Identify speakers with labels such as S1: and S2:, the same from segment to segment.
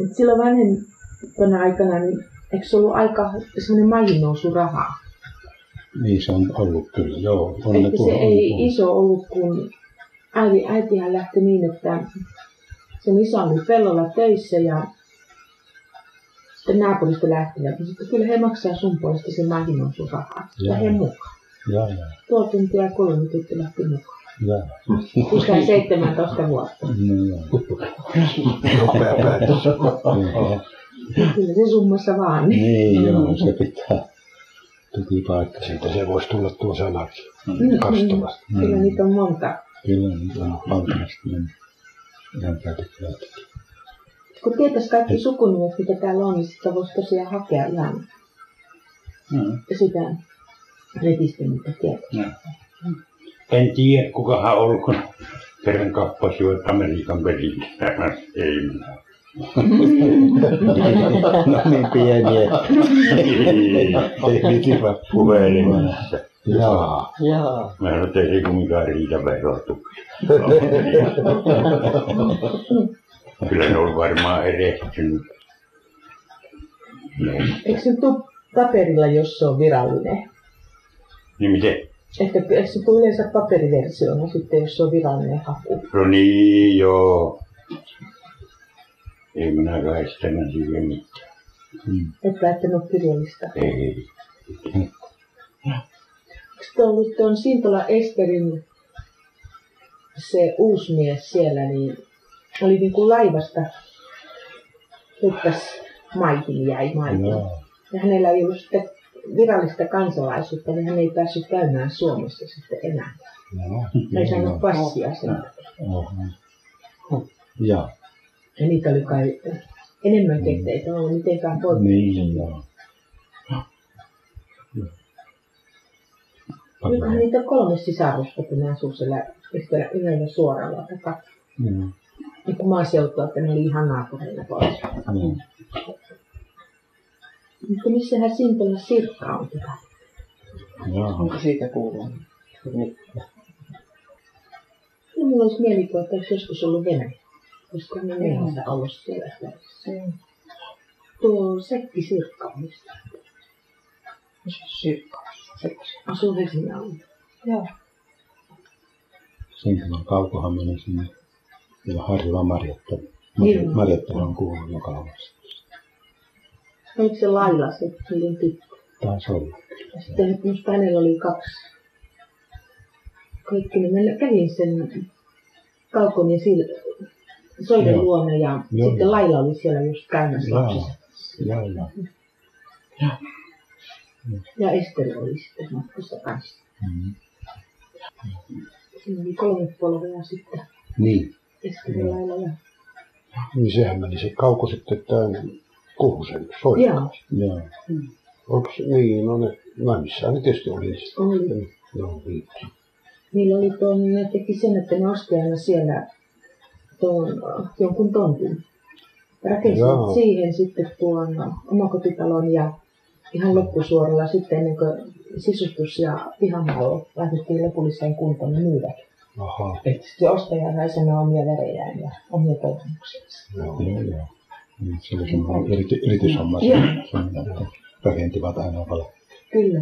S1: Et silloin vanhempana aikana, niin eikö se ollut aika semmoinen majin nousu rahaa?
S2: Niin se on ollut kyllä, joo. On
S1: Eikö se
S2: tuolla- on
S1: ei
S2: tuolla.
S1: iso ollut, kun äiti, äitihän lähti niin, että sen isä oli pellolla töissä ja sitten naapurista lähtivät. Niin sitten kyllä he maksaa sun puolesta sen majin nousu rahaa. Ja
S2: Joo.
S1: he mukaan.
S2: Jaa, jaa,
S1: Puoli tuntia ja kolme tyttö lähti mukaan.
S2: jaa.
S1: Kukaan 17 vuotta.
S2: No, joo.
S3: Nopea päätös.
S2: Joo. Mm.
S1: Kyllä se summassa vaan.
S2: Niin, joo,
S1: Mm.
S2: se pitää. Piti paikka.
S3: Siitä se voisi tulla tuo sanaksi.
S1: Mm,
S3: Kastuma.
S1: mm. Kyllä niitä on monta.
S2: Kyllä, niitä on valtavasti. niin Ihan käytettyä.
S1: Kun tietäisi kaikki sukunimet, mitä täällä on, niin sitä voisi tosiaan hakea ihan
S4: Mm.
S1: sitä netistä, mitä tietää.
S4: En tiedä, kukahan on ollut, kun kerran kappasivat Amerikan perille. Ei minä.
S2: No niin, pieniä. Ei mitään
S4: Puhelimessa.
S2: Jaa.
S5: Jaa.
S4: Mä sanoin, että ei se kumminkaan riitä verotuksesta. Kyllä ne on varmaan erehtynyt. No,
S1: Eikö se tule paperilla, jos se on virallinen?
S4: niin miten?
S1: Että eikö se tule yleensä paperiversiona sitten, jos se on virallinen haku?
S4: No niin, joo. Ei minä kai sitä siihen mitään.
S1: Et välttämättä kirjallista.
S4: Ei.
S1: Eikö tuo ollut tuon Sintola Esterin se uusi mies siellä, niin oli niin kuin laivasta hyppäs maihin, jäi maihin.
S2: Jaa.
S1: Ja hänellä ei ollut sitten virallista kansalaisuutta, niin hän ei päässyt käymään Suomessa sitten enää.
S2: Jaa.
S1: Hän ei saanut passia sen.
S2: Oho. Jaa.
S1: Ja niitä oli kai enemmän että ei tämä ollut mitenkään poikki.
S2: Niin, joo.
S1: Nythän niitä on kolme sisarusta, kun ne asuu siellä yhdellä, yhdellä suoralla takaa.
S2: Joo.
S1: Niin kun maaseutua, että ne oli ihan naapureina pois.
S2: Joo.
S1: Mutta Niin missähän Sintola Sirkka on tätä?
S2: Jaa.
S5: Onko siitä kuullut? Niin.
S1: Kyllä mulla olisi mielikuva, että olisi joskus ollut Venäjä. Koska ne meillä on ollut siellä. Tuo Sekki Sirkka on just
S5: Sirkka. Sirkka.
S1: asuu Helsingin alueella.
S5: Joo.
S2: Sen tämän kaukohan meni sinne. Ja Harjula Marjatta.
S1: Niin.
S2: Marjatta on kuullut joka alueessa.
S1: Oliko se Laila se niiden tyttö?
S2: Taisi olla.
S1: Ja sitten musta hänellä oli kaksi. Kaikki, niin mä kävin sen kaukonin sil- soiden
S2: Joo.
S1: luona ja
S2: Joo,
S1: sitten
S2: joo.
S1: Laila oli siellä just käymässä
S2: Jaa.
S1: lapsissa.
S2: Jaa, jaa.
S1: Ja Ester oli sitten matkassa kanssa.
S2: Mm.
S1: Siinä oli kolme polvea sitten
S2: Niin.
S1: Ester ja
S2: Joo.
S1: Laila ja...
S3: Niin sehän meni se kauko sitten tämän Kuhusen soijan.
S1: Joo,
S2: Joo.
S3: Onko niin, no ne naimissahan ne tietysti oli.
S1: oli.
S3: No niin.
S1: Niillä oli tuo, niin ne teki sen, että ne osti aina siellä tuon, äh, jonkun tontin. Rakensivat
S3: Joo.
S1: siihen sitten tuon äh, omakotitalon ja ihan loppusuoralla sitten ennen kuin sisustus ja pihamalo laitettiin lopulliseen kuntoon, ne myydät.
S3: Aha,
S1: Sitten ostaja sai sen omia värejään ja omia toivomuksia.
S3: joo.
S2: Joo, joo. Niin, se oli semmoinen yrity, yrityshomma. Se,
S1: Joo.
S2: semmoinen, että rakentivat aina paljon.
S1: Kyllä.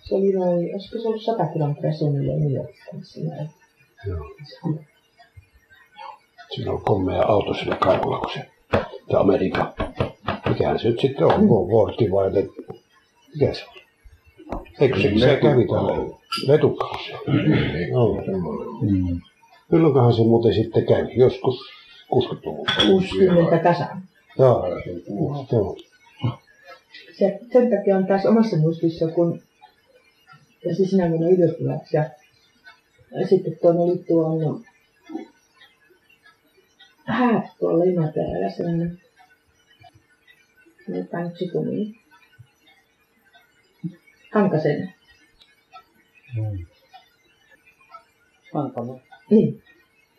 S1: Se oli noin, olisiko se ollut sata kilometriä suunnilleen New Yorkista, missä ne oli.
S3: Siinä on komea auto sillä kaivolla, kun se, tämä Amerikka. Mikähän se nyt sitten on, Wo- Wordi vai le... Mikä se on? Eikö se, se kävi täällä? Letukkaus. No, semmoinen.
S2: Mm.
S3: Milloinkohan se muuten sitten kävi? Joskus 60-luvulla.
S1: 60 tasan.
S3: Joo, joo.
S1: se, sen takia on taas omassa muistissa, kun ja siis sinä vuonna ylioppilaksi ja ja sitten tuon oli tuon häät äh, tuolla Imatäällä sellainen jotain sukuniin. niin. Hankasen.
S5: Hankala.
S1: Niin.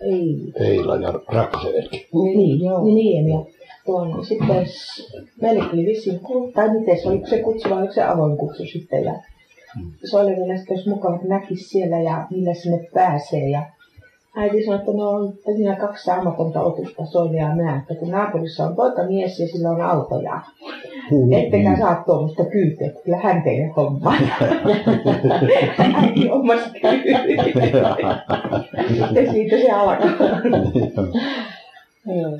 S1: Ei.
S3: Eila ja Rakseet.
S1: Niin, joo. Niin, niin ja tuon sitten s- meille tuli vissiin, ku- tai miten se oliko se kutsu vai oliko se avoin kutsu sitten Mm. ja se oli vielä sitten olisi mukava, että näkisi siellä ja millä sinne pääsee ja Äiti sanoi, että no on että siinä kaksi ammatonta otusta, Sonja ja minä, että kun naapurissa on poikamies ja sillä on autoja. Ettekä saa tuommoista kyytiä, että kyllä hän teille hommaa. Äiti hommasi kyytiä. Ja siitä se alkaa.
S6: Joo.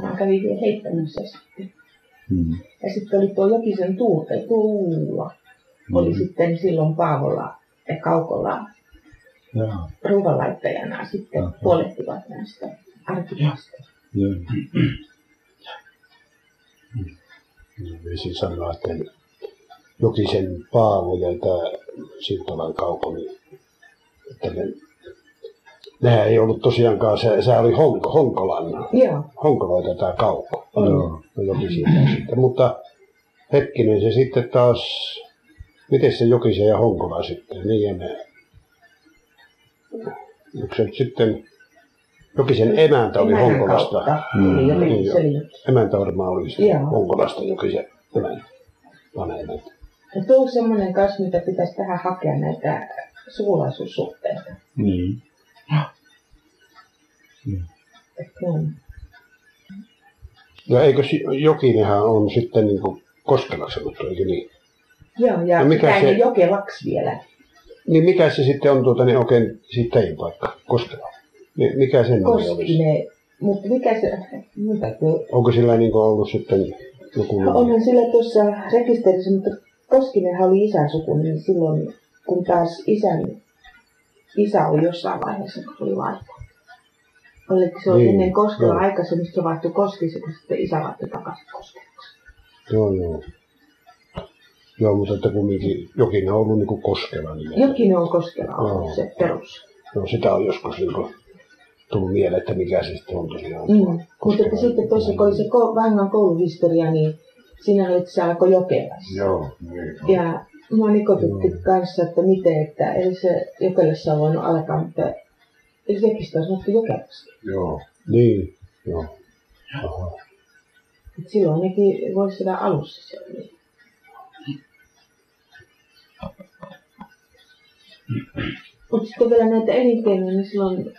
S1: Mä kävin vielä heittämässä sitten.
S2: Niin,
S1: Ja sitten oli tuo Jokisen tuurte, tuulla.
S2: Mm.
S1: Oli sitten silloin Paavolla ja Kaukolla
S2: Joo,
S1: ruoanlaittajana sitten
S2: Aha.
S1: huolehtivat näistä arkimista.
S2: joo.
S7: Vesi sanoo, että Jokisen Paavo ja tämä Siltalan kauko, niin että ne, nehän ei ollut tosiaankaan, se, se oli Honko, Honkolan,
S1: Joo,
S7: Honkoloita tämä kauko.
S1: Oli.
S7: No, Jokisen sitten. Mutta hetkinen se sitten taas, miten se Jokisen ja Honkola sitten, niin ja ne. Onko se nyt sitten, Jokisen emäntä oli
S1: Emänän
S7: Honkolasta.
S1: kautta.
S2: Mm.
S1: Oli
S7: Niin,
S1: Jokin,
S7: joo.
S1: se oli Jokin.
S7: Emäntä varmaan oli se
S1: Joo.
S7: Honkolasta Jokisen emäntä. Vanhemmat.
S1: Ja tuo on semmoinen kanssa, mitä pitäisi tähän hakea näitä sukulaisuussuhteita.
S2: Niin.
S1: Että ne on-
S7: No eikö si- Jokinenhan on sitten niin kuin Koskela sanottu, eikö niin?
S1: Joo, ja
S7: No
S1: no
S7: mikä
S1: mikä
S7: se-
S1: se... jokelaksi vielä.
S7: Niin mikä se sitten on tuota, niin oikein siitä teidän paikka, Koskela? Niin mikä sen nimi olisi?
S1: Koskinen. Mutta mikä se... Mitä tuo
S7: Onko sillä niin kuin ollut sitten joku
S1: No onhan sillä tuossa rekisterissä, mutta Koskinenhan oli isän suku, niin silloin kun taas isän isä oli jossain vaiheessa, kun tuli vaihto. Oliko se oli
S7: Niin,
S1: ennen Koskela
S7: joo.
S1: aikaisemmin, se vaihtui Koskisen, kun sitten isä vaihtoi takaisin Koskeen.
S7: Joo, joo. Joo, mutta että kumminkin Jokinen on ollut niin kuin Koskela nimellä.
S1: Jokinen on Koskela
S7: Joo.
S1: ollut se perus.
S7: No sitä on joskus niin kuin tullut mieleen, että mikä se sitten on tosiaan.
S1: Mm. Mutta
S7: Koskela
S1: että sitten tuossa, kun oli se ko- Vangan kouluhistoria, niin siinä oli, että se alkoi jokelassa.
S4: Joo, niin on. Mm.
S1: Ja mua nikotutti
S7: Joo.
S1: kanssa, että miten, että ei se jokelassa on voinut alkaa, mutta ei jokista on sanottu jokelassa.
S4: Joo.
S7: Niin, joo. Aha.
S1: Et silloin nekin voisi sitä alussa se oli. Mutta sitten vielä näitä elinkeinoja, niin silloin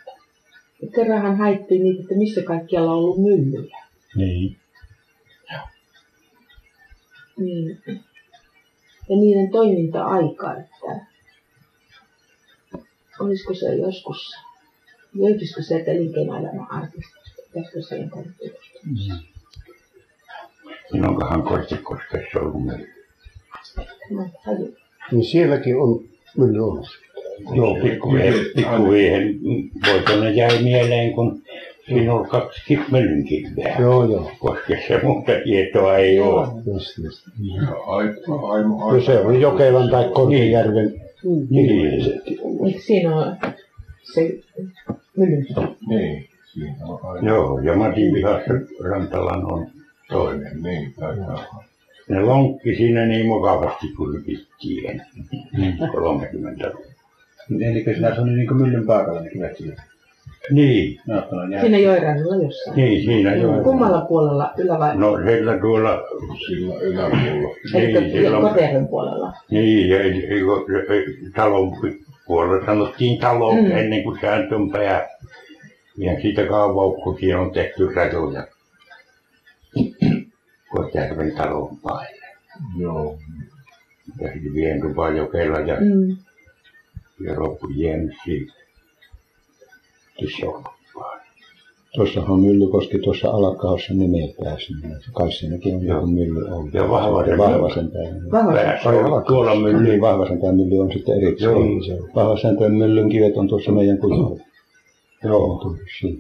S1: kerranhan haettiin niitä, että missä kaikkialla on ollut myllyjä.
S2: Niin.
S1: Niin. Ja niiden toiminta-aika, että olisiko se joskus, löytyisikö se, että elinkeinoelämän artistista, pitäisikö se jotain tehdä?
S4: Minunkahan Koistikoskessa ollut meillä.
S1: Mä en tajua.
S7: Niin sielläkin on mylly ollut.
S4: Joo, pikkuviehen, pikkuviehen voitona jäi mieleen, kun siinä oli kaksi kippelyn kiveä.
S7: Joo, joo.
S4: Koskessa muuta tietoa ei ole.
S7: Just, just.
S2: Niin.
S8: Aimo, aimo,
S7: No se on Jokelan tai Kortijärven
S1: Mm.
S7: niin. se.
S1: Miksi siinä on se myllyn
S8: Niin, siinä on aina
S4: Joo, ja Matin pihassa Rantalan on
S8: toinen, niin taitaa olla.
S4: Ne lonkki siinä niin mukavasti kulkittiin ennen, 30 luvulla.
S8: Elikkä sinä on niin kuin myllyn pääkällä ne kivet siinä.
S4: Niin,
S8: Naatana jää.
S1: Siinä joirannilla jossain.
S4: niin siinä joo.
S1: Kummalla puolella ylä vai?
S4: No siellä tuolla,
S8: Sillä yläpuolella.
S1: Eli
S4: niin, siellä on,
S1: koterin puolella.
S4: niin, ei, ei, ei, ei, talon puolella sanottiin talo
S1: Mm.
S4: mm. ennen kuin sääntömpää. Ja siitä kaavaukkukin on tehty rajoja. Kotjärven talon paine.
S8: Joo.
S4: Ja hyvien Jokela ja
S1: Mm.
S4: ja loppu Jensi. Siis Se on
S2: Tuossahan on Myllykoski tuossa alakaossa nimeltään sinne. Kai siinäkin on
S4: Joo.
S2: joku mylly ollut.
S4: Ja Vahvasen-
S2: Vahvasen päivä.
S1: Vahva.
S4: päässä. ollut Tuolla mylly
S2: Niin, Vahvasen tämä mylly on sitten erikseen.
S4: Joo.
S2: Niin, se on. Vahvasen tämä myllyn kivet on tuossa meidän kujalla.
S7: Joo.
S2: Siinä.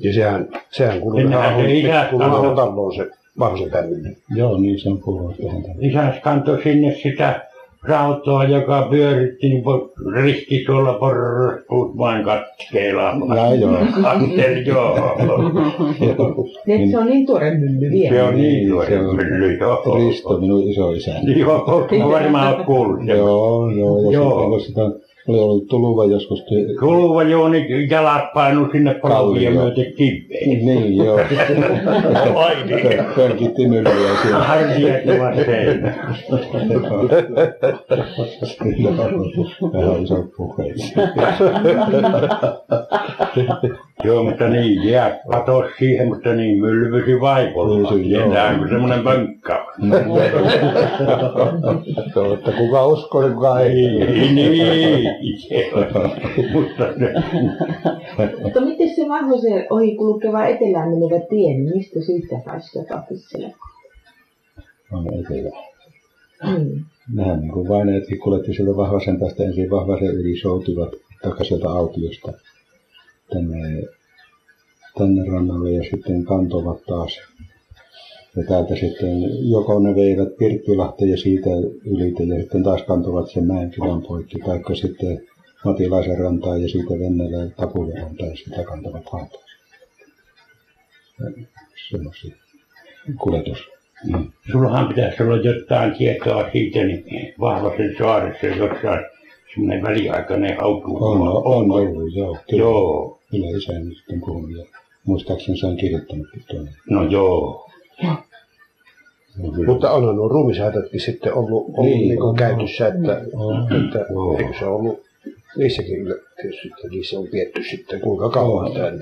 S7: Ja sehän, sehän kuuluu
S4: Sinnehän
S7: tähän
S4: se isä
S7: Hon- kuuluu
S4: sanoo.
S7: tähän taloon se vahvasen tämmöinen.
S2: Joo, niin se on puhunut tähän tähän.
S4: isäs kantoi sinne sitä rautaa, joka pyöritti, niin po- riski tuolla porraspuut vain katkeilla.
S2: Ja joo.
S4: Kattel, joo.
S1: Niin, se on niin tuore mylly
S4: Se
S1: vielä.
S4: on niin tuore
S2: Se on-
S4: mylly, joo.
S2: Risto, minun isoisäni.
S4: Joo, mä varmaan oot kuullut sen.
S2: Joo, joo. Ja
S4: Joo.
S2: sitten kun sitä Oli ollut tuluva joskus. Ty-
S4: Kuluva Jooni jalat painu sinne polvia
S2: Kallioon.
S4: myöten kiveen.
S2: niin, joo.
S4: Ai niin.
S2: Pön- Pönkitti myllyä siellä.
S4: Hartiat ovat seinä.
S2: Vähän iso puheet.
S4: Joo, mutta niin, jää patos siihen, mutta niin mylvysi vaikolla.
S2: Niin se, joo.
S4: Tietää, kun semmoinen pönkkä on.
S2: Että kuka uskoo, niin kuka ei.
S4: Niin, niin. Mutta se,
S1: Mutta miten se vanhoisen ohi kulkeva etelään menevä tie, niin mistä siitä saisi jotakin sille?
S2: On etelä.
S1: Mm.
S2: Nämä niin kuin vain etkin kuljetti sieltä vahvasen päästä ensin vahvasen yli soutivat takaisin sieltä autiosta tänne, tänne rannalle ja sitten kantovat taas. Ja täältä sitten joko ne veivät Pirttilahteen ja siitä ylite ja sitten taas kantoivat sen Mäenkylän poikki, taikka sitten Matilaisen rantaan ja siitä Vennelän Tapulen rantaan ja sitä kantavat valtaan. Semmoisia kuljetus.
S4: sullahan pitäisi olla jotain tietoa siitä, niin vahvasen saaressa jossain semmoinen väliaikainen auto.
S2: On, on ollut, joo. Kyllä.
S4: Joo.
S2: Kyllä isäni sitten puhunut ja muistaakseni se on kirjoittanutkin tuonne.
S4: No joo.
S7: Mutta onhan nuo ruumishaitatkin sitten ollut, ollut
S2: Niin,
S7: niin, niin
S2: on,
S7: kuin käytössä, että,
S2: on.
S7: että
S4: Joo.
S7: eikö se ollut niissäkin kyllä tietysti, että niissä on vietty sitten kuinka kauan tämä nyt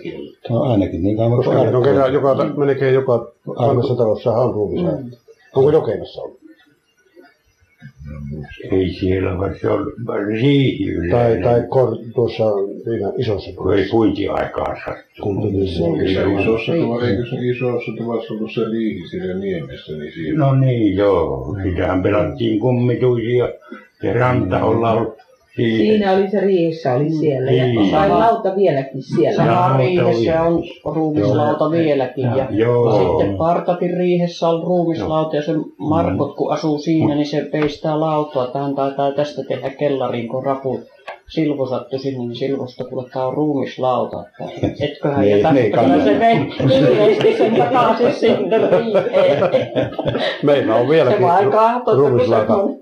S2: Tämä on ainakin niin kauan
S7: Koska
S2: kuin
S7: nyt on
S2: alkoi.
S7: kerran, joka, melkein joka vanhassa talossa on ruumishaitat.
S2: Mm.
S4: Niin.
S7: Onko Jokelassa ollut?
S4: Ei siellä vaan se on riihi
S7: Tai,
S4: yleinen,
S7: tai kor, tuossa siinä isossa
S4: kun ei
S7: talossa.
S4: puintiaikaan sattu.
S7: Kumpi-
S9: Eikö se
S4: Kyllä.
S9: isossa tuvassa, eikö se isossa tuvassa ollut se liihi siinä niemessä, niin siinä
S4: No niin, joo. Sitähän pelattiin kummituisia ja rantaholla oli siinä.
S1: Siinä oli se riissä, oli
S7: Mm.
S1: siellä.
S4: Niin.
S1: Ja tai lauta vieläkin siellä.
S4: Joo,
S5: Sama riihessä
S4: joo.
S5: on ruumislauta vieläkin. Ja
S4: Joo.
S5: sitten Partakin riihessä on ruumislauta ja se Markot kun asuu siinä, niin se peistää lautaa. Tähän taitaa tästä tehdä kellariin, kun rapu Silvo sattui sinne, niin Silvosta kuule, tää on ruumislauta. Että etköhän
S2: Niin,
S5: jätä,
S2: niin,
S5: mutta kyllä se vei kiireesti sen takaisin sinne riiheen.
S7: Meillä on vieläkin
S5: Se vaan kahtoi, kun se
S7: ruumislaita.
S5: on.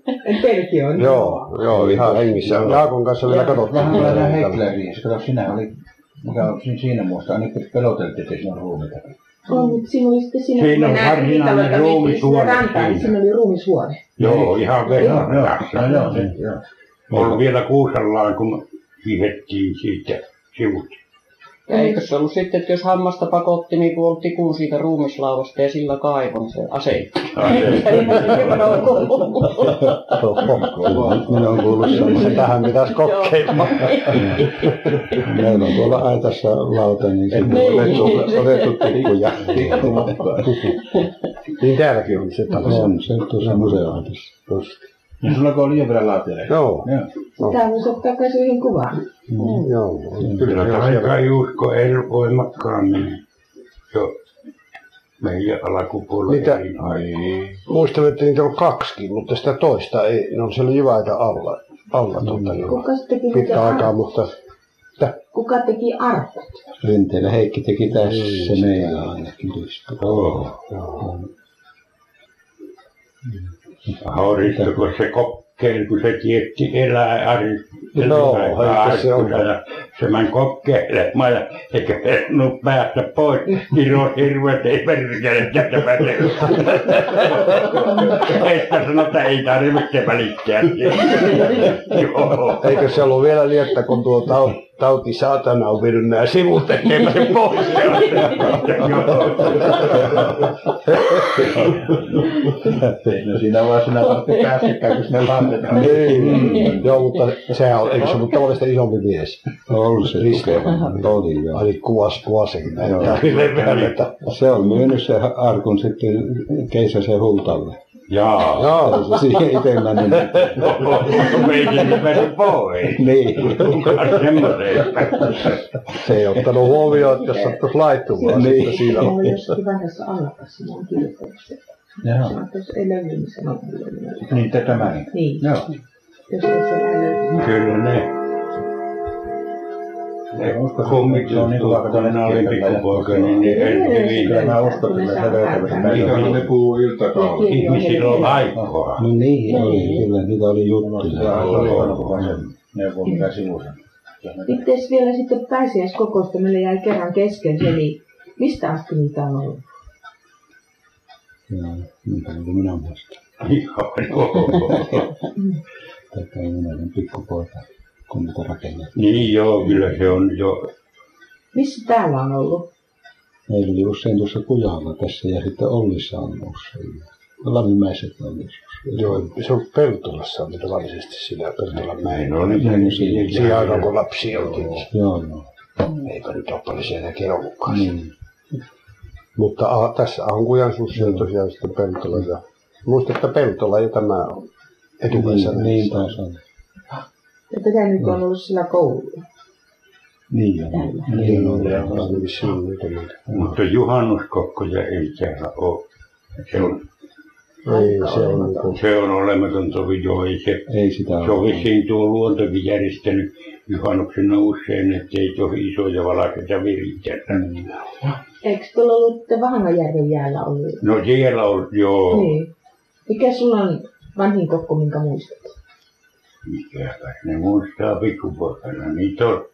S1: Pelki on.
S7: Joo, joo, ihan hengissä. Jaakon kanssa vielä katsottiin.
S10: Vähän lailla Heikleriin, kato sinä oli, mikä on si- siinä muista, ainakin peloteltiin, että siinä on ruumiita.
S1: On, mutta siinä oli sitten siinä,
S4: Siinä on
S1: kun me näimme
S4: varsinainen
S1: niitä, vaikka mentiin
S4: ruumisuone
S1: sinne rantaan, niin
S4: siinä.
S1: siinä oli ruumisuone.
S4: Joo, ihan
S5: Niin.
S4: verrannassa.
S10: No joo, se- joo.
S4: Ollut vielä kuusellaan, kun hiihettiin siitä sivut.
S5: Ja eikö se ollut sitten, että jos hammasta pakotti, niin kuoli tikun siitä ruumislaudasta ja sillä kaivon se ase.
S2: Minä olen kuullut semmoisen.
S7: Tähän pitäisi kokeilla.
S2: Meillä on tuolla aitassa lauta, niin sitten
S5: Niin.
S2: on otettu- otettu tikkuja.
S7: Niin täälläkin on se talo.
S2: On se tuossa museoaitassa.
S10: Ja Niin sulla kun oli jo vielä laatioita.
S7: Joo,
S1: Tämä voisi ottaa kai yhden kuvan.
S7: joo.
S4: Kyllä
S7: Mm. se on
S4: tämä
S7: siellä.
S4: kai usko ei voimakkaan mennä. Joo. Meidän alakupuolella
S7: Mitä-
S4: elin ai-
S7: Muistan, että niitä on kaksikin, mutta sitä toista ei, ne on siellä jyväitä alla, alla
S2: Mm.
S7: tuota, niin
S1: Kuka sitten teki
S7: pitkä aikaa,
S1: ar-
S7: mutta
S1: Kuka teki arkut?
S2: Rinteellä Heikki teki tässä se
S7: Niin,
S2: meillä ainakin. tuosta.
S4: Joo.
S7: joo.
S4: Hauristuko se kokkeen, kun se tietti elää ari.
S7: No,
S4: elää-
S7: eikä se
S4: arkkusa,
S7: ole.
S4: ja Se meni kokeilemaan ja eikä no päästä pois. Iro hirveet, ei perkele tätä päälle. Että sanoi, että ei tarvitse välittää. Joo.
S7: Eikö se ollut vielä niin, että kun tuo tau- tauti saatana on vienyt nämä sivut eteenpäin pois?
S10: No siinä vaan sinä tarvitse päästäkään, kun sinne laatioita on.
S7: Niin. Joo, mutta sehän on, eikö se ollut tavallista isompi mies?
S2: Oli se
S7: Riske.
S2: tukeva. Oli joo.
S7: Ai kuvas, kuvasekin
S2: Joo.
S7: näyttää hyvin vähän, että
S2: Se on myynyt se arkun sitten keisäsen hultalle. niin.
S4: Jaa. No,
S2: Joo, se siihen itse meni.
S4: Meidän nimeni pois.
S2: Niin,
S4: Kukaan semmoiseen.
S7: se ei ottanut huomioon, että jos sattuisi laittumaan.
S2: Niin.
S7: Niin. Siinä
S1: Mulla
S7: on.
S1: on jossakin vanhassa alapassa, mä oon kirjoittanut sen.
S10: Joo.
S1: Sanoin, että jos ei löydy, niin sanon kyllä.
S10: Niin, te tämä niin.
S1: Niin,
S10: Joo.
S1: jos ei se löydy.
S4: Kyllä ne. Ne
S10: Uskon,
S4: kummit
S10: se on
S2: niin
S10: niinku vaikka
S4: kun
S10: tuonne
S4: minä olin
S10: kirkolle.
S4: pikkupoika, niin ne ei hyvin. Niin,
S10: Kyllä mä uskon, että se löytävät. Mä en
S9: Niitähän
S10: ole-
S9: ne puhuu iltakaudella.
S1: Niin.
S4: Ihmisillä on aikaa.
S2: no niin, oli, kyllä niitä oli juttuja.
S10: Joo, se on ollut vaan sen-
S11: Neuvo mikä sivussa.
S1: Mites vielä sitten pääsiäiskokousta, meillä jäi kerran kesken se, niin mistä asti niitä on ollut?
S2: Joo, niin paljon kuin minä muistan.
S4: Joo, Niin, joo.
S2: Tätä minä olin pikkupoika, kun niitä rakennettiin.
S4: Niin joo, kyllä se on jo.
S1: Missä täällä on ollut?
S2: Meillä oli usein tuossa Kujalla tässä ja sitten Ollissa on usein. No, Lavimäiset on joskus.
S3: Joo, se on Peltolassa on tavallisesti siinä Peltolan mäen.
S4: No niin, niin, niin,
S3: Siinä aina kun lapsi oltiin.
S2: Joo, joo.
S3: Eipä nyt ole paljon sielläkin ollutkaan.
S2: Niin.
S3: Mutta a, tässä Ankujan susi on tosiaan sitten Peltola. Ja, muista, että Peltola ja tämä on etukäisessä.
S2: Niin, niin taas on.
S1: Ja tätä nyt on ollut sillä koululla.
S2: Niin on. Niin on.
S3: Ja on vissiin muutama.
S4: Mutta juhannuskokkoja ei täällä ole. Se on,
S3: Ei, se on niin kuin
S4: se on olematon tovi, joo, ei se
S2: Ei sitä
S4: Se on
S2: ole.
S4: vissiin tuo luontokin järjestänyt juhannuksena usein, ettei tosi isoja valaketa viritellä.
S1: Eikö tuolla ollut te Vahanajärven jäällä ollut?
S4: No siellä on, joo,
S1: Niin. Mikä sulla on vanhin kokko, minkä muistat?
S4: mikäpäs ne muistaa pikkupoikana, niitä on.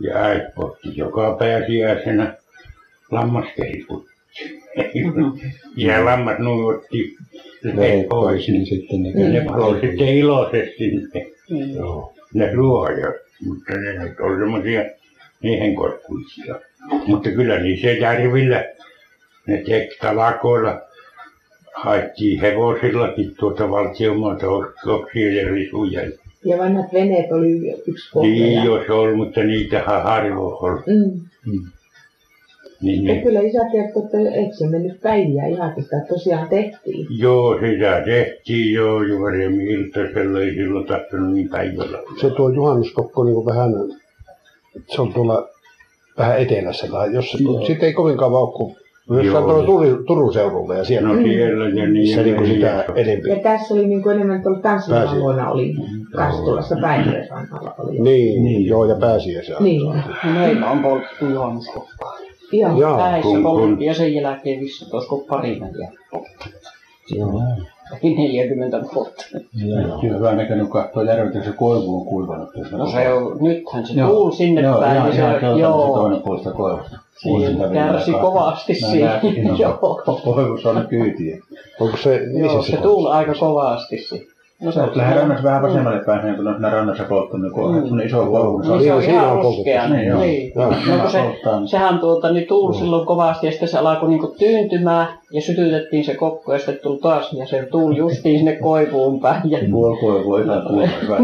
S4: Ja äispotti joka pääsiäisenä lammaskehikut. ja lammas nuivottiin
S2: Veret
S4: lähes
S2: pois,
S4: pois.
S2: niin sitten ne
S4: Ja ne paloi sitten iloisesti ne,
S11: Niin,
S3: Joo.
S4: ne ruojat, mutta ne nyt on semmoisia niihin korkuisia. Mutta kyllä niissä järvillä ne teki talakoilla, haettiin hevosillakin tuota valtionmaata ostoksia ja risuja.
S1: Ja vanhat veneet oli yksi kokko.
S4: Niin jos oli, mutta niitähän harvoin oli.
S1: Mm.
S4: Niin
S1: Ja
S4: ne,
S1: kyllä isä kertoi, että eikö se mennyt päiviä ihan, kun sitä tosiaan tehtiin.
S4: joo, sitä tehtiin joo, juoremi iltasella ei silloin tahtonut niin päivällä. olla.
S3: Se tuo juhannuskokko niin kuin vähän, se on tuolla vähän etelässä. Tai jos,
S2: Joo.
S3: siitä ei kovin kauan ole, kun jossain
S4: Joo.
S3: tuolla Turun, Turun seudulla ja siellä.
S4: No siellä ja
S5: Mm.
S4: niin.
S3: missä niin kuin sitä
S1: Ja
S3: enempi.
S1: tässä oli niin kuin enemmän tuolla tanssilan
S3: Pääsiäinen.
S1: luona oli, Kastulassa päiväisrannalla oli.
S3: Niin, joo, ja pääsiäisenä.
S1: Niin,
S5: No meillä on polttu juhannuskokkaa.
S1: joo.
S3: Jaa,
S5: Päissä
S4: kun- kun-
S5: poltettiin ja sen jälkeen vissi olisiko pari neljä vuotta.
S2: Joo.
S5: Eli 40 vuotta.
S11: Joo. Kyllä hyvä näköinen katsoa järveltä, kun se koivu on kuivanut.
S5: No se on, nythän se
S11: Joo.
S5: tuuli sinne
S11: Joo,
S5: päin.
S11: ihan,
S5: niin se,
S11: ihan keltainen se
S5: joo,
S11: toinen puolesta koivusta. Kuisilta
S5: siinä
S11: vielä
S5: kärsi
S11: kasvaa.
S5: kovasti
S11: No
S5: siinä.
S11: näin, siinä on.
S5: Joo.
S11: Koivussa on nyt kyytiä.
S3: Onko se, missä
S5: Joo,
S3: se,
S5: se tuuli aika kovasti siinä. No
S11: Sä oot lähden rannassa vähän vasemmalle päin, niin kun on siinä rannassa polttanut, niin kun on
S5: Mm.
S11: semmoinen iso
S5: No,
S11: koivu. niin
S5: se
S3: Niin,
S5: on
S3: siinä
S5: ihan
S3: on
S5: ruskea.
S11: poltettu. Niin, joo.
S5: Niin.
S3: Joo.
S11: se
S5: No, kun se,
S11: polttaa, niin-
S5: sehän tuota, niin tuuli silloin kovasti ja sitten se alkoi niinku tyyntymähän ja sytytettiin se kokko ja sitten tuli taas ja se tuuli justiin sinne koivuun päin. Ja... Niin,
S11: Puoli koivua, jotain puolta. Hyvä.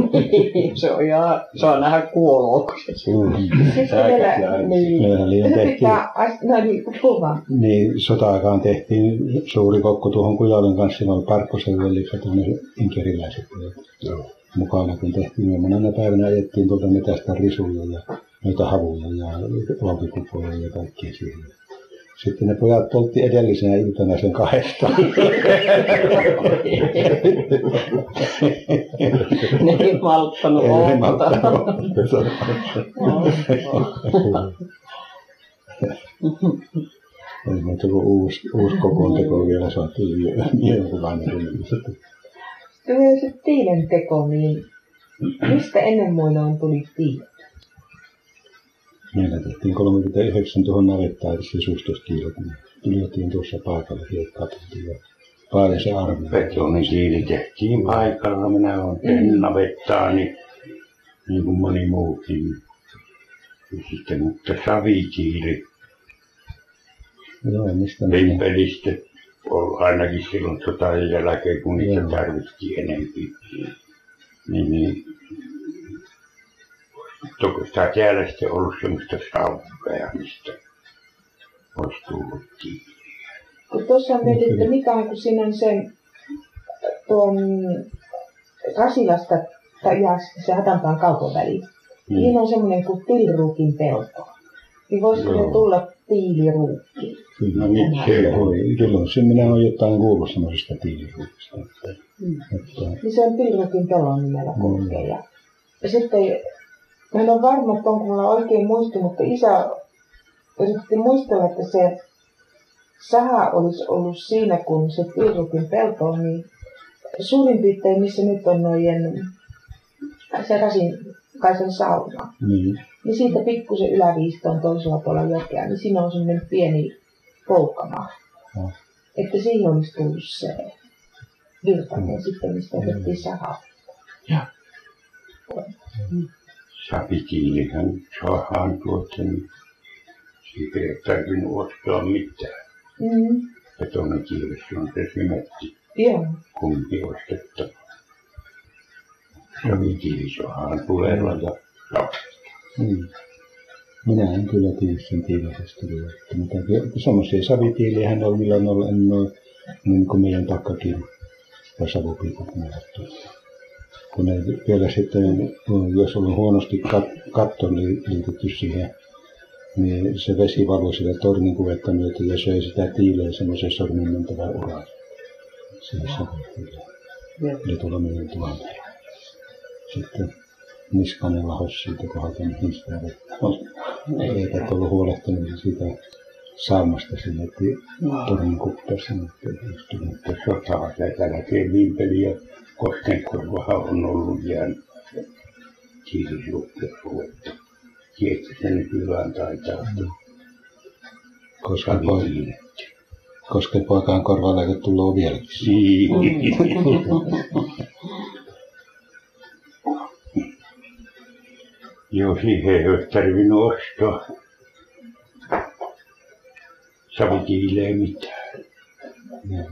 S5: se on ihan, saa nähdä kuolooko se.
S4: Mm.
S1: Siis
S11: Ääkäs ja
S1: vielä,
S11: ääkäs.
S5: Niin.
S2: Meillä oli jo
S1: se
S2: tehtiin,
S1: pitää, as- no niin, kuva.
S2: niin sota-aikaan tehtiin suuri kokko tuohon Kujalen kanssa, siinä oli Parkkosen veljikset ja ne inkeriläiset pojat mukana, kun tehtiin. Me monena päivänä ajettiin tuolta metästä risuja ja noita havuja ja valkikupoja ja kaikkia siihen. Sitten ne pojat poltti edellisenä iltana sen kahdesta.
S5: ne Niin, ei malttanut olla.
S2: Ei muuta kuin uusi, uusi kokoonteko vielä saatiin mielenkuvainen.
S1: Tulee se tiilen teko, niin mistä ennen muinoin tuli tiili?
S2: Meillä tehtiin 39 tuohon navettaan, että se sustoskiilot. Lyötiin tuossa paikalla, hiekkaa tultiin ja paljon se
S11: niin-
S2: armeija.
S4: betonikiili tehtiin paikalla, niin minä
S11: Mm.
S4: olen tehnyt navettaa, niin, niin kuin moni muukin. Ja sitten, mutta savikiili
S2: Joo, mistä ne ne?
S4: vimpelistä oli ainakin silloin sotajan jälkeen, kun niitä
S2: Joo.
S4: tarvittiin enempi. Niin, niin. Toko sitä täällä sitten ollut semmoista sauvea, mistä olisi tullut kiinni.
S1: Kun tuossa mietin, että mikä on, kun siinä on sen tuon Rasilasta tai ja se Hatanpään kaupan väliin. Mm. Siinä on semmoinen kuin pilruukin pelto. Niin voisiko
S4: Joo.
S1: se tulla tiiliruukki?
S2: Kyllä,
S4: No miksei
S2: kyllä, voi. Kyllä, se minä olen jotain kuullut semmoisesta tiiliruudesta. Että, että,
S1: Niin se on pilruukin pelon nimellä kulkee. Ja, ja sitten, mä en ole varma, että onko mulla oikein muistu, mutta isä yritti muistella, että se saha olisi ollut siinä, kun se pilruukin pelto on, niin suurin piirtein, missä nyt on noiden se rasin kaisen sauna.
S2: Niin.
S1: Niin siitä pikkusen yläviistoon toisella puolella jokea, niin siinä on semmoinen pieni poukama.
S2: Joo.
S1: Että siihen olisi tullut se virtainen sitten, mistä otettiin sahaa.
S4: Sapikiilihän saadaan tuossa, niin siitä ei ole tarvinnut ostaa mitään.
S1: Mm.
S4: Betonikielessä on se symetti,
S1: Joo.
S4: kumpi ostettava. Sapikiili saadaan tulella ja
S2: Niin. Minä en kyllä tiedä sen tiivisesta vielä, että mitä semmoisia savitiiliä hän on millään ollut en ole niin kuin meidän takkakin ja savupiikat määrätty. Kun ne vielä sitten, jos on huonosti kat- katto li- liitetty siihen, niin se vesi valui sille tornin kuvetta myöten ja söi sitä tiileä semmoisen sormen mentävän uraan. Se on savutiiliä.
S5: Joo.
S2: Eli tuolla meidän tuvan päällä. Sitten niskanen lahos siitä kohdalta, mihin sitä vettä oli. Eivät ollut huolehtineet siitä saamasta sinne torin kuppeessa, mutta ei pysty.
S4: että sotaa tätä näkee vimpeli niin ja Koskenkorvahan on ollut jään kiilisuutta ruvettu. Tiedätkö sen hyvän taitaa olla
S2: Koska, poi-
S4: sapikiili.
S2: koska poikaan korvaläkö tulee vieläkin.
S4: Niin. Joo, siihen ei olisi tarvinnut ostaa. Savikiilee mitään.
S2: Ja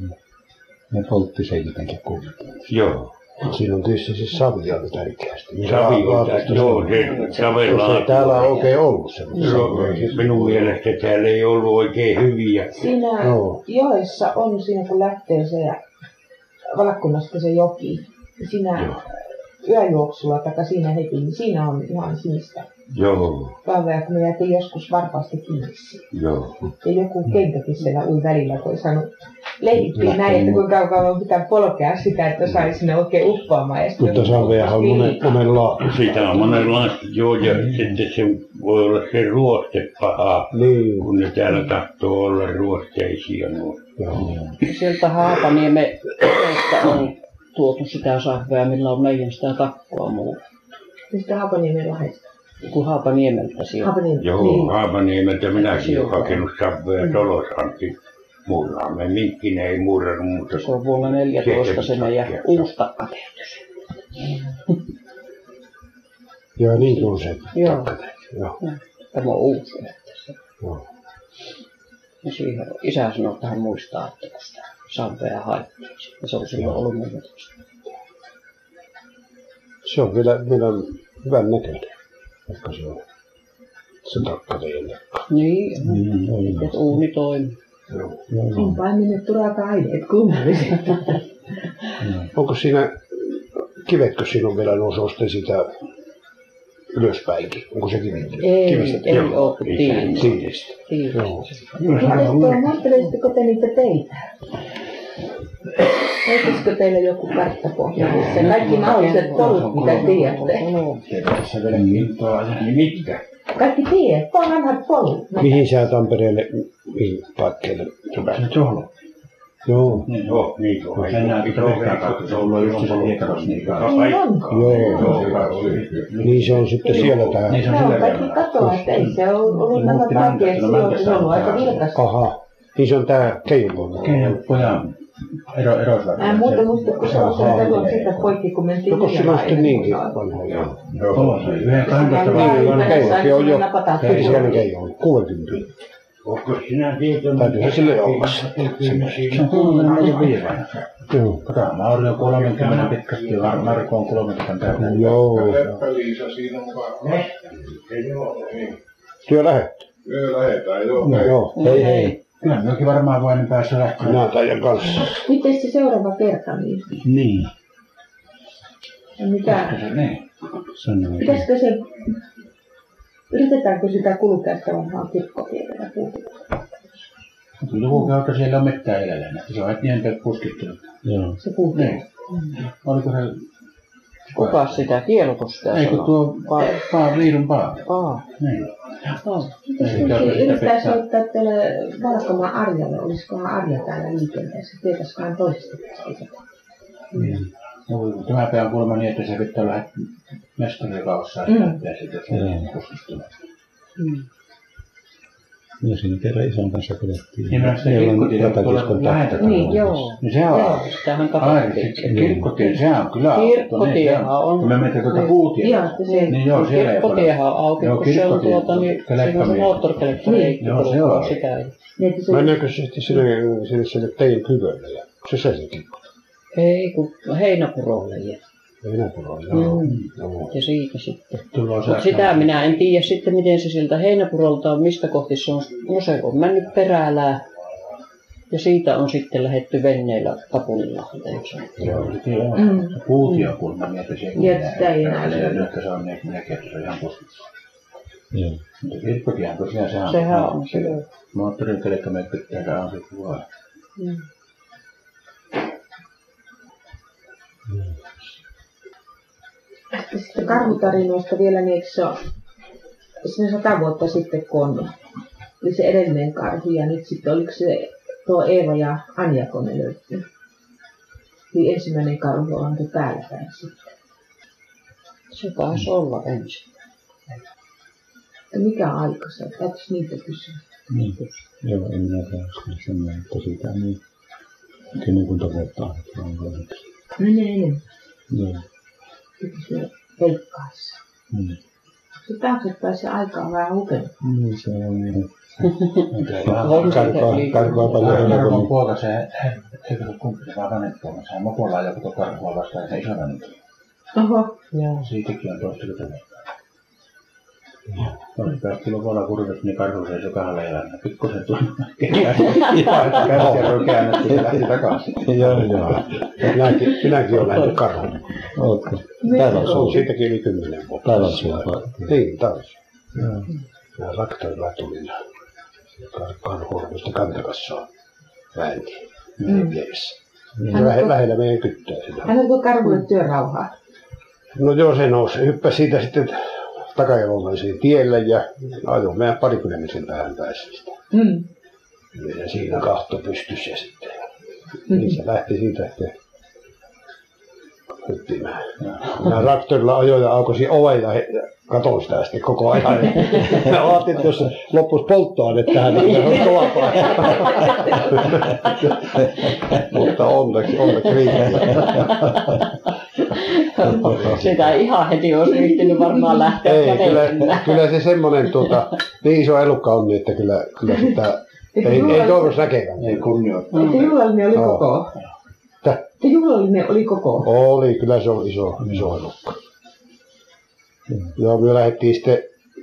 S2: Ne poltti sen jotenkin kuitenkin.
S4: Joo.
S3: Siinä on tietysti siis savi aika tärkeästi.
S4: Savi on
S3: Laatuista
S4: tässä. Joo,
S3: savua.
S4: se savellaan.
S3: Jos ei täällä on oikein ollut semmoista.
S4: Joo,
S3: savua, siis-
S4: minun mielestä täällä ei ollut oikein hyviä.
S1: Siinä
S3: Joo.
S1: joessa on siinä, kun lähtee se valkkunnasta se joki, niin siinä
S4: Joo.
S1: yöjuoksulla tai siinä heti, niin siinä on ihan sinistä.
S4: Joo,
S1: Talvea, kun me jäätiin joskus varpaasti kiinni. siihen.
S4: joo.
S1: Ja joku kenkäkin siellä ui välillä, kun ei saanut leikittiin
S2: Lähtee
S1: näin, että
S2: mu-
S1: kuinka kauan on pitää polkea sitä, että sai sinne oikein uppoamaan. Ja sitten
S3: Mutta savejahan on monen, monenlaatuista.
S4: Sitä on monenlaista, joo, ja sitten se voi olla se ruoste paha,
S3: Niin.
S4: kun ne täällä tahtoo olla ruosteisia nuo.
S3: Joo.
S5: Sieltä Haapaniemen kotosta on tuotu sitä sahvea, millä on meidän sitä takkoa muu.
S1: Mistä Haapaniemen lahdesta?
S5: Kun Haapaniemeltä sieltä.
S1: Haapaniemen.
S4: Joo, Haapaniemeltä minäkin olen
S5: Joo.
S4: hakenut savvoja
S5: Mm.
S4: Tolosanti. Murraamme, minkin ei murrannut muuta.
S5: Se on vuonna 14 se meidän uusi takka tehty.
S3: Ja niin se on se.
S5: Joo.
S3: takkanen. Joo.
S5: Tämä on uusi.
S3: Joo.
S5: Ja siihen isä sanoi, että hän muistaa, että kun sitä savea haettiin. Ja se on silloin ollut meidän
S3: Se on vielä, vielä hyvän näköinen. Vaikka se on se takka teille.
S5: Niin,
S2: Niin, oli.
S5: että uuni toimii.
S3: Joo.
S1: On paimennettu raaka-aineet kummalliset.
S3: Onko siinä, kivetkö siinä on vielä nousu sitten sitä ylöspäinkin? Onko se Siis. kivi?
S5: Ei,
S3: kivestä?
S5: ei
S3: Joo.
S5: ole kuin tiilis.
S3: Tiilistä.
S5: Tiilis.
S3: Joo.
S1: Lehtoa, muistelisitteko te niitä teitä? Olisiko teillä joku karttapohja, missä kaikki mahdolliset polut, mitä tiedätte?
S11: Tässä vielä kintoa ja
S4: Niin mitkä?
S1: Kaikki tiedät, on vanhat polut. No,
S3: Mihin sä Tampereelle, mihin paikkeille?
S11: se johlo.
S3: Joo.
S4: Joo, niitä on.
S11: Tänään pitää ohjaa kautta, se on ollut just se Pietaros niin kanssa.
S1: Niin on.
S3: Joo.
S11: Joo, joka oli.
S3: Niin se on sitten siellä tämä.
S11: Niin se on
S1: Ne on
S11: sillä
S1: kaikki
S11: verran.
S1: katoa, että ei se ole ollut
S11: Niin,
S1: nämä
S11: muutti
S1: vaikeat
S11: Mäntästä, no
S1: silloin, kun se on ollut aika
S11: Mäntästä
S1: vilkas.
S3: Aha. Niin se on tämä Keivon.
S11: Kenen pojan ero, eroisväärä.
S1: Mä en muuta muista, kun se on sieltä tuon siitä poikki, kun mentiin
S3: Joko sillä on sitten
S7: niin,
S3: niinkin
S1: Mä
S3: vanhoja?
S4: Niin,
S11: Joo, se oli yhden kahdentoista
S3: Niin,
S1: en
S11: vanha.
S3: on
S1: ymmärrä,
S3: Keivokin
S1: sain
S3: on
S1: sinne
S3: jo-
S1: napata.
S3: Ei siellä Keivon, 60.
S4: Onko sinä tietoinen?
S3: Täytyyhän sille olla se.
S11: Se on kuulunut ollut viivainen.
S3: Joo.
S11: Kato, mä olen jo 30 pitkästi, var- Marko on 30 täynnä.
S3: Joo.
S7: Leppä-Liisa siinä mukana.
S11: niin.
S3: Työ lähet.
S7: Me lähetään, joo.
S2: No,
S3: Joo.
S5: Ei, ei.
S11: Kyllä minäkin varmaan voin päästä lähtemään.
S3: Minä taidan kanssa.
S1: Miten se seuraava kerta niin?
S2: Niin,
S1: Mitä?
S11: Koska se- Niin.
S2: sanoi.
S1: Pitäisikö se, yritetäänkö sitä kulkea sitä vanhaa kirkkokielenä puhua?
S11: Mutta lukukautta siellä on mitään edelleen. Se on etnientä kuskittunut.
S2: Joo.
S1: Se puhuu.
S11: Niin. Oliko se...
S5: Kuka sitä kielotusta
S11: Ei kun
S5: sanoo?
S11: tuo Pa- Pa- Liirun Paavo.
S5: Aa,
S11: Niin.
S5: aa.
S1: Pitäisikö
S11: Ei,
S1: se
S11: kyllä sitä
S1: yrittää
S11: pitää.
S1: soittaa tälle Valkomaan Arjalle? Olisikohan Arja täällä liikenteessä? Tietäisiköhän toisesta tästä?
S11: No, kun tämä pää on kuulemma niin, että se pitää olla mestari, joka osaa sitä,
S1: Mm.
S11: mm. sitä,
S2: Joo.
S11: sitä kustustella. Mm.
S2: No siinä kerran ison kanssa kuljettiin.
S11: Niin mä sitä kirkkotiellä tuolla läheltä
S5: Niin, joo.
S11: Niin se on
S5: Joo,
S11: auki.
S5: sitähän
S11: Ai,
S5: tapahtui.
S11: se kirkkotie, se on kyllä auki.
S5: Kirkkotiehän
S11: Kun
S5: on.
S11: me mentiin tuota
S1: Niin.
S11: puutia.
S1: Joo, että se-
S11: Niin joo, siellä ei ole.
S5: Kirkkotiehän on auki,
S11: Joo,
S5: kun se on
S11: kirkkotie-
S5: tuota, niin siinä on se
S11: telekkamies. Niin,
S5: moottoritelekkareikki,
S11: Joo, se
S5: kulkee
S11: on.
S5: sitä.
S1: Niin, että se
S7: Meneekö se sitten sille, sille, sille teidän kyvölle ja se se sekin?
S5: Ei, kun heinäpurolle ja,
S7: Minä kun olen, joo.
S5: mm.
S7: joo.
S5: ja siitä sitten.
S11: Tulee
S5: Mut sitä minä en tiedä sitten, miten se sieltä heinäpurolta on, mistä kohti se on. No se on mennyt perälää. Ja siitä on sitten lähetty veneellä Tapunilahteen.
S11: Joo, se tie on.
S1: Mm.
S11: Puutia kuulemma niin, että se
S1: Niin, että sitä ei enää
S11: se-
S1: löydy.
S11: että se on niin, minä kerron, se on ihan kustannus.
S2: Joo.
S11: Mutta kirkkotiehän tosiaan sehän on.
S5: Sehän on se.
S11: Moottorin telekkamies pitää se auki kuvaa.
S5: Mm.
S1: Mm. Sitten karhutarinoista vielä, niin eikö se ole sinne sata vuotta sitten, kun on, oli se edellinen karhu ja nyt sitten oliko se tuo Eeva ja Anja, kun ne löytyy. Niin ensimmäinen karhu on se täällä päin sitten.
S5: Se taisi olla ensin.
S1: Että mikä aika se on? Täytyisi niitä kysyä.
S2: Niin. Joo, en minä tiedä, jos oli semmoinen, että siitä on niin kymmenkunta vuotta ainakin on vuodeksi.
S1: Menee enemmän.
S2: Joo.
S1: Pitäisi vielä veikkaissa.
S2: Mm.
S1: Se taaksepäin se aika on vähän hukenut.
S2: Niin se on ihan
S7: Ah,
S5: On se
S2: karkaa,
S5: liikaa.
S2: karkaa paljon enemmän
S11: Karhun
S2: kuin
S11: poika, se ei ole kumpi, vaan vanhempi poika. Se on mopolla ja kato karhua vastaan ja se iso vanhempi.
S1: Oho,
S5: Joo.
S11: Siitäkin on toistakymmentä vuotta. Oli päästy lopulla kurvassa, niin karhu seisoi kahdella jalalla. Pikkusen tuli käsijarru käännettiin ja lähti takaisin.
S2: Joo, joo.
S7: Minäkin, minäkin olen nähnyt karhun.
S2: Ootko?
S1: Niin.
S2: Täällä on
S7: Se on
S2: suuri.
S7: siitäkin yli kymmenen vuotta.
S2: Täällä on suuri.
S7: Niin, taas.
S2: Joo.
S7: Minä traktorilla tulin ja kar- karhuormista kantakassaa väänti meidän
S1: Mm.
S7: vieressä.
S2: Niin.
S7: Se Lähe, lähellä meidän kyttää sitä.
S1: annetko karhulle työrauhaa?
S7: No joo, se nousi. Hyppäsi siitä sitten takajalanlaisiin tielle ja ajoi meidän parikymmenisen päähän päässä sitä.
S1: Mm.
S7: Ja siinä kahto pystyssä ja sitten. Niin se lähti siitä sitten hyppimään. Mä traktorilla ajoin ja aukosin oven ja he- ja katoin sitä sitten koko ajan. Mä ajattelin, että jos se loppuisi polttoaine tähän, niin se on kova paikka. Mutta onneksi, onneksi riittää.
S5: Sitä ei ihan heti olisi ryhtynyt varmaan lähteä
S7: Ei, kyllä,
S5: kävelemään.
S7: kyllä se semmoinen tuota, niin iso elukka on, niin, että kyllä, kyllä sitä ei, ei toivoisi näkevän.
S11: Ei kunnioittaa.
S7: Mm.
S1: Että juhlallinen oli
S7: Joo.
S1: koko.
S7: Täh?
S1: Että juhlallinen oli koko.
S7: Oli, kyllä se on iso, iso elukka. Joo, me lähdettiin sitten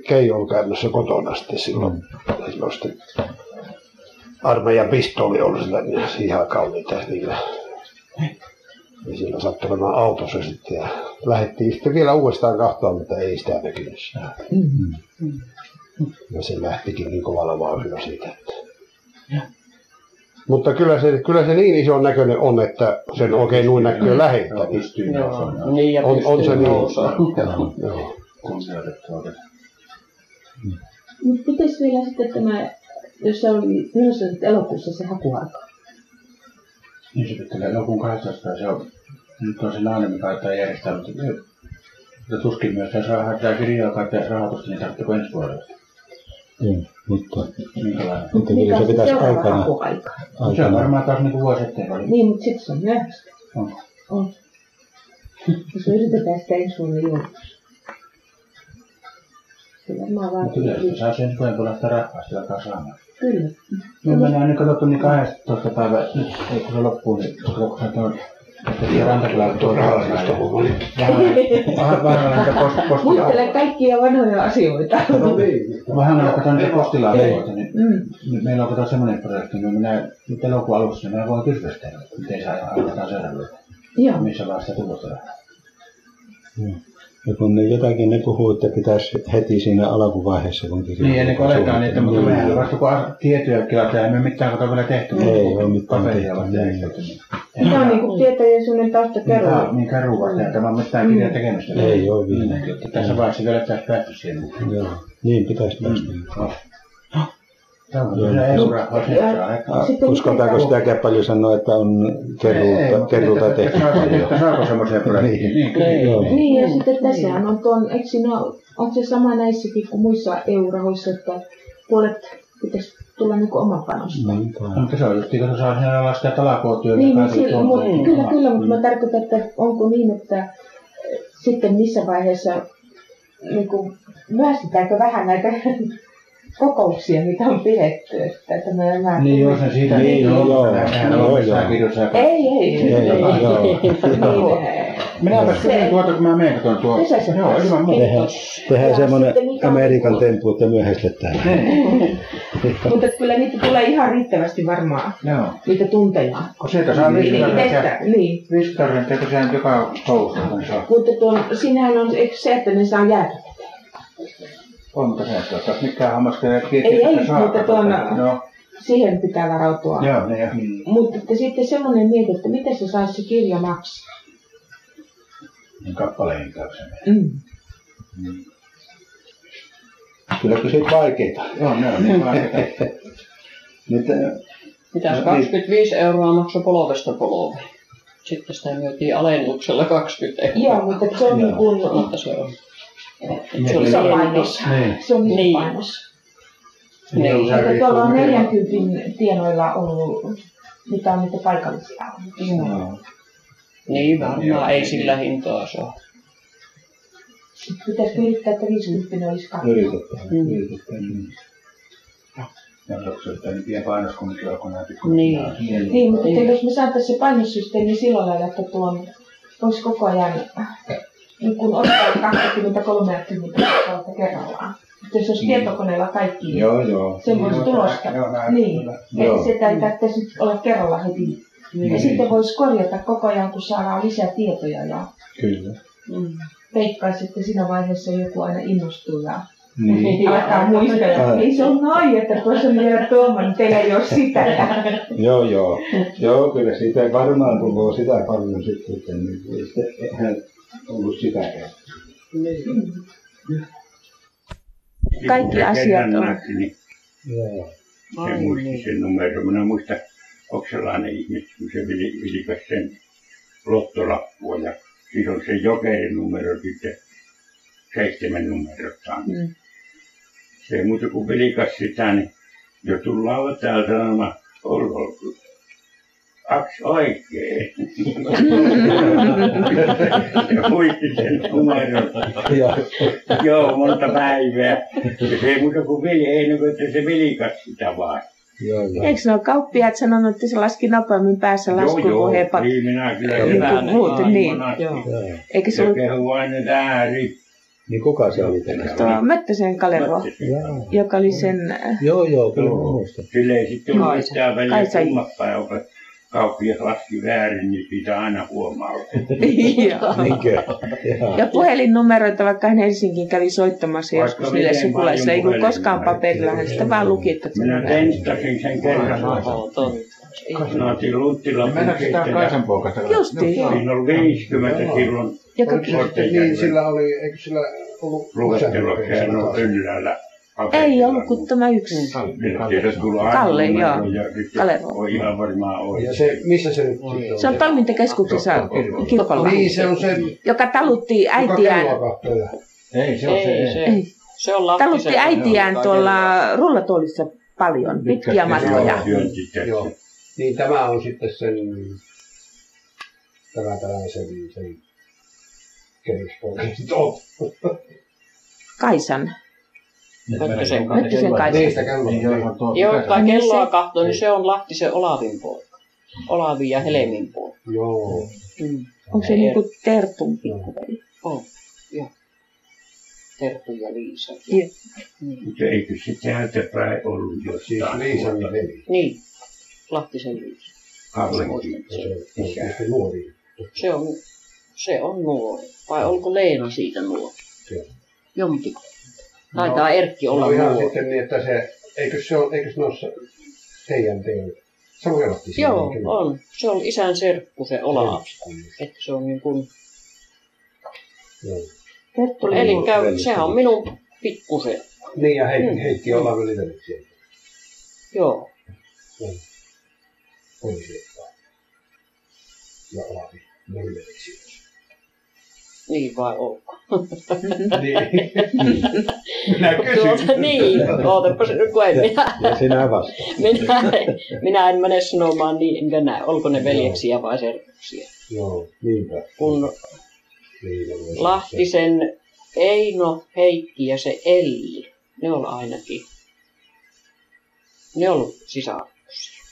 S7: Keijon käännössä kotona sitten silloin. silloin sitten armeijan pistooli oli sillä niin siihen aikaan oli tässä niillä. niin Ja sillä sattui mennä autossa sitten ja lähdettiin sitten vielä uudestaan kahtoon, mutta ei sitä näkynyt sitä.
S1: Mm.
S7: Ja se lähtikin niin kovalla vauhdilla siitä. Että. Mutta kyllä se, kyllä se niin ison näköinen on, että sen oikein noin näkyy läheltä. niin
S11: Joo, pystyy
S5: Joo,
S11: nousemaan.
S5: niin ja
S7: On- on se
S5: pystyy
S7: niin.
S5: nousemaan.
S7: Joo.
S11: Kunnioitettava.
S1: Mutta mites vielä sitten tämä, jos se oli, milloin se oli elokuussa se hakuaika?
S11: Niin se pitää elokuun 18. päivä, se on. Nyt on se nainen, mikä aitaa järjestää, mutta mutta tuskin myös tässä rahaa, tämä kirjaa kaikkea rahoitusta, niin tarvitseeko ensi vuodelle?
S2: Joo, mutta,
S11: Minkälainen?
S2: mutta
S1: Mikä
S2: kyllä
S1: on
S2: se
S1: se
S2: pitäisi
S1: seuraava
S2: aikana,
S1: hakuaika?
S11: Se on
S2: aikana
S11: varmaan taas niinku vuosi eteenpäin.
S1: Niin, mutta sitten se on myöhäistä.
S11: On.
S1: On. Jos me yritetään sitä ensi vuonna julkaista. Se varmaan
S11: Mutta yleensä
S1: vaatii.
S11: saa sen suojan puolesta rahaa, sitä alkaa saamaan.
S1: Kyllä.
S11: Me mennään nyt katsottu niin 12 päivä, nyt ei kun se loppuu, niin katsotaan tuon. Tässä rantakylä tuo rahallista huomioon. Vähän vähän näitä post-
S1: Muistele
S11: postilaatikkoja.
S1: kaikkia vanhoja asioita.
S11: Vähän näitä katsotaan niitä postilaatikkoja, niin
S1: Mm.
S11: nyt meillä on kato semmoinen projekti, niin minä nyt elokuun alussa, niin minä voin kysymystellä, miten saa aletaan seuraavaksi.
S1: Joo.
S11: Missä vaiheessa tulossa rahaa.
S2: Ja kun ne jotakin ne puhuu, että pitäisi heti siinä alkuvaiheessa, kun kirjoittaa.
S11: Niin, ennen kuin aletaan niitä, mutta
S2: Niin.
S11: mehän vasta kun ar- tiettyjä kilataan, ei me mitään kato vielä tehty. mutta
S2: Ei ole mitään
S11: paperia
S2: tehty,
S11: vasta
S2: niin.
S11: järjestetty, niin.
S1: Tämä on niinku tietäjien sellainen tausta
S11: Tämä
S1: kerran.
S11: on niin karu vasta,
S1: Mm.
S11: ja tämä on mitään kirjaa tekemistä.
S2: Ei ole vielä.
S11: Niin, Mm. että Tässä vaiheessa vielä pitäisi päästä siihen.
S2: Joo, niin pitäisi päästä. Mm.
S11: Joo. Tämä on kyllä euroa vasemmista aikaa.
S1: Sitten
S2: Ah, Uskaltaako
S1: mitä-
S2: sitäkään paljon sanoa, että on keruuta, keruuta tehty paljon?
S11: Että saako semmoisia projekteja? Niin, kyllä.
S5: Ei.
S2: Joo.
S1: Niin, ja
S5: Niin,
S1: sitten tässähän
S5: niin.
S1: on tuon, eikö siinä ole, onko se sama näissäkin kuin muissa EU-rahoissa, että puolet pitäisi tulla niin kuin oma panos?
S2: Niin, tai-
S11: Mutta se on just, kun saa sinne laskea talakotyötä.
S1: Niin, niin kyllä, mutta, kyllä, kyllä, mutta mä tarkoitan, että onko niin, että sitten missä vaiheessa niin kuin, myöstetäänkö vähän näitä kokouksia, mitä on pidetty, että tämä nämä...
S11: Niin, jos ne siitä
S2: Niin,
S11: niin,
S2: joo, joo.
S11: Sehän
S2: Joo,
S11: on
S2: joo.
S11: missään kirjoissa.
S1: Ei, ei, ei.
S2: Ei,
S1: ei.
S2: joo.
S1: Niin,
S11: Minä
S1: Se-
S11: kysyin tuota, kun mä menen tuon tuo.
S1: Se saisi
S11: Joo,
S1: taas.
S11: ilman muuta.
S2: Tehdään, tehdään
S1: Ja
S2: semmoinen
S1: sitten mikä on-
S2: Amerikan temppu, että myöhäistetään.
S1: mutta kyllä niitä tulee ihan riittävästi varmaan,
S11: Joo.
S1: niitä tunteja.
S11: Kun sieltä saa
S1: Niin,
S11: viisikarjaa.
S1: tästä, niin.
S11: Viisikarjaa, kun sehän joka koulussa kun saa.
S1: Mutta tuon, sinähän on eikö se, että ne saa jäädä.
S11: On, mutta sehän tuo taas mikään hammastaja kiekki.
S1: Ei, ei,
S11: että saa.
S1: mutta tuona-
S11: No,
S1: Siihen pitää varautua. Mm.
S11: joo, niin joo.
S1: Mutta että sitten semmoinen mieti, että miten se saisi se kirja maksaa.
S11: Niin kappaleen hintauksen.
S1: Mm.
S2: Kyllä kysyt vaikeita.
S11: Joo, ne on niin vaikeita.
S2: Nyt, äh,
S5: Mitäs
S7: Niin.
S2: No
S5: 25 euroa maksoi polvesta polveen. Sitten sitä myytiin alennuksella 20 euroa.
S1: Joo, mutta että se on niin kuin,
S5: Mutta se on. Se oli
S1: se on
S5: painos.
S1: painos. Se on niin
S5: Niin.
S1: painos.
S5: Niin.
S11: Niin.
S1: Mutta tuolla on 40 tienoilla ollut, mitä on niitä paikallisia ollut.
S11: Joo.
S5: Niin varmaan, ei
S11: Joo.
S5: sillä hintaa saa.
S1: Pitäisikö yrittää, että 50 olisi kaksi?
S2: Yritetään,
S5: Mm.
S2: yritetään.
S11: Ja onko se jotain pieni painos, kun nyt alkoi näin pikku.
S5: Niin.
S1: Niin, mutta että jos me saataisiin se painossysteemi sillä lailla, että tuon voisi koko ajan niin kun ottaa 20-30 kautta kerrallaan. Että jos olisi
S11: Niin.
S1: tietokoneella kaikki, niin
S11: Joo, joo.
S1: Semmoista
S11: Joo,
S1: tulosta.
S11: joo, näin
S1: Niin.
S11: kyllä.
S1: Joo. Sitä ei tarvitse nyt olla kerralla heti. Ja sitten voisi korjata koko ajan, kun saadaan lisää tietoja. Ja
S2: Kyllä.
S5: Mm.
S1: veikkaisi, että siinä vaiheessa joku aina innostuu ja
S2: Niin.
S1: alkaa muistella.
S2: Ää.
S1: Ei se on noin, että tuossa on vielä tuoman, teillä ei ole sitä. Ja
S2: Joo, joo. Joo, kyllä siitä varmaan tulee sitä paljon sitten, että nyt ei sitten eihän ollut sitäkään.
S1: Kaikki
S4: Niin, Kun se
S1: asiat
S4: kerran
S1: on- niin.
S4: näki, Niin
S2: Joo.
S4: se muisti sen numero. Minä muistan oksalainen ihminen, kun se vili- vilkas sen lottolappua ja siis on se jokerin numero sitten seitsemän numerottaan.
S1: Mm.
S4: Se ei muuta kuin vilkas sitä, niin jo tullaan täältä sanomaan, olkoon kyllä. Kaksi oikein. ja muisti sen numeron.
S2: Joo.
S4: Joo, monta päivää. Ja se ei muuta kuin veli, ei ennen kuin että se velikas sitä vaan.
S2: Joo, joo.
S12: Eikö ne ole kauppiaat sanonut, että se laski nopeammin päässä laskun kuin
S4: joo,
S12: hepat?
S4: niin minä kyllä
S2: Niin
S4: hyvänä
S12: kuin muut,
S4: aivan
S12: niin,
S4: asti.
S5: joo.
S2: joo.
S12: Eikö se
S4: Se
S12: ollut
S4: kehu aina ääri.
S2: Niin kuka se oli tänään?
S12: tuo Möttösen Kalero,
S2: Joo.
S12: joka oli sen... äh,
S2: Joo, joo, kyllä mä
S4: Joo.
S2: muistan.
S4: Sille ei sitten ollut
S12: Kaisa.
S4: mitään väliä
S12: Kaisa.
S4: kummapäin, joka kauppias laski väärin, niin siitä aina huomaa.
S12: joo.
S2: Niinkö? Joo.
S12: Niin. Ja puhelinnumeroita, vaikka hän Helsinkiin kävi soittamassa
S4: Vaikka
S12: joskus niille
S4: miten
S12: sukulaisille, ei
S4: paljon
S12: kun koskaan
S4: puhelinnumeroita.
S12: paperilla, hän sitä vaan luki, että se
S4: Minä
S12: numero.
S4: tenttasin sen kerran. Mä otin Lunttilan
S11: Niin Mennäänkö sitä
S4: pukeista.
S11: Kaisan poikasta?
S12: Justiin,
S11: Joo.
S12: joo.
S4: Siinä oli 50 silloin
S12: Joka
S4: Korttejärven
S7: oli, eikö niin, sillä ollut
S4: luettelossa ja ne on ylhäällä.
S12: ei ollut kuin tämä yksi.
S4: Kalle,
S12: Kalle,
S4: joo.
S12: joo.
S4: Ja sitten
S12: Kalle.
S4: on ihan varmaan oikein.
S7: se, missä se nyt
S12: Se on toimintakeskuksessa kirkolla,
S7: Niin, se on se,
S12: joka talutti
S7: joka
S12: äitiään,
S7: kelloa katsoo ja
S11: Ei, se on se.
S5: Ei,
S11: ei.
S5: se,
S12: Ei.
S5: se on lappi.
S12: talutti äitiään tuolla rullatuolissa paljon, pitkiä matkoja.
S4: Joo.
S7: Joo. Niin tämä on sitten sen, tämä tällaisen sen kehyspoika sitten on.
S12: Kaisan.
S5: Möttösen
S12: Nyt
S5: Kaisa.
S12: sen Kaisan.
S7: Niistä kelloa.
S11: Niin, joo, tuo.
S5: Joo, joka
S12: Niin
S5: kelloa
S12: se-
S5: kahtoo, niin se on Lahtisen Olavin poika. Olavi ja Helmin poika.
S7: Joo.
S5: Mm.
S12: Onko se niinku Tertun pikkuveli?
S5: Terttu ja Liisa.
S4: Mutta eikö se täältä päin ollut jo
S7: Siis
S4: jotain
S7: Liisan
S4: tuota
S7: veli.
S5: Niin, Lahtisen Liisa.
S4: Kallenkin?
S7: Se on sitten nuori.
S5: Se on, se on nuori. Vai olko Leena siitä nuori?
S7: Kyllä.
S5: Jompi. Taitaa Erkki olla
S7: No ihan
S5: nuori.
S7: sitten niin, että se, eikö se ole, eikö ne ole se teidän teidän? Se on kerrottiin siinä,
S5: Joo,
S7: kyllä.
S5: on. Se on isän serkku se Olavi. Että se on niin kuin...
S7: Joo.
S1: Terttu
S5: Eli
S1: Eli...
S5: sehän on minun pikkusen. Mm.
S7: Niin ja Heikki, Heikki ollaan veli veli siellä.
S5: Joo.
S7: Pohjoistaa. Ja Olavi mylleri sijoitus.
S5: Niin vai onko?
S7: Niin.
S4: Minä kysyn.
S5: Tuota, niin, ootapas nyt kun en minä,
S2: Ja sinä vastaan.
S5: minä, en- minä en mene sanomaan niin, enkä näe, olko ne veljeksiä vai serkkusia.
S7: Joo, niinpä.
S5: Kun
S7: Niin, ne voisi olla
S5: Lahtisen Eino, Heikki ja se Elli, ne on ainakin, ne on ollut sisaruksia.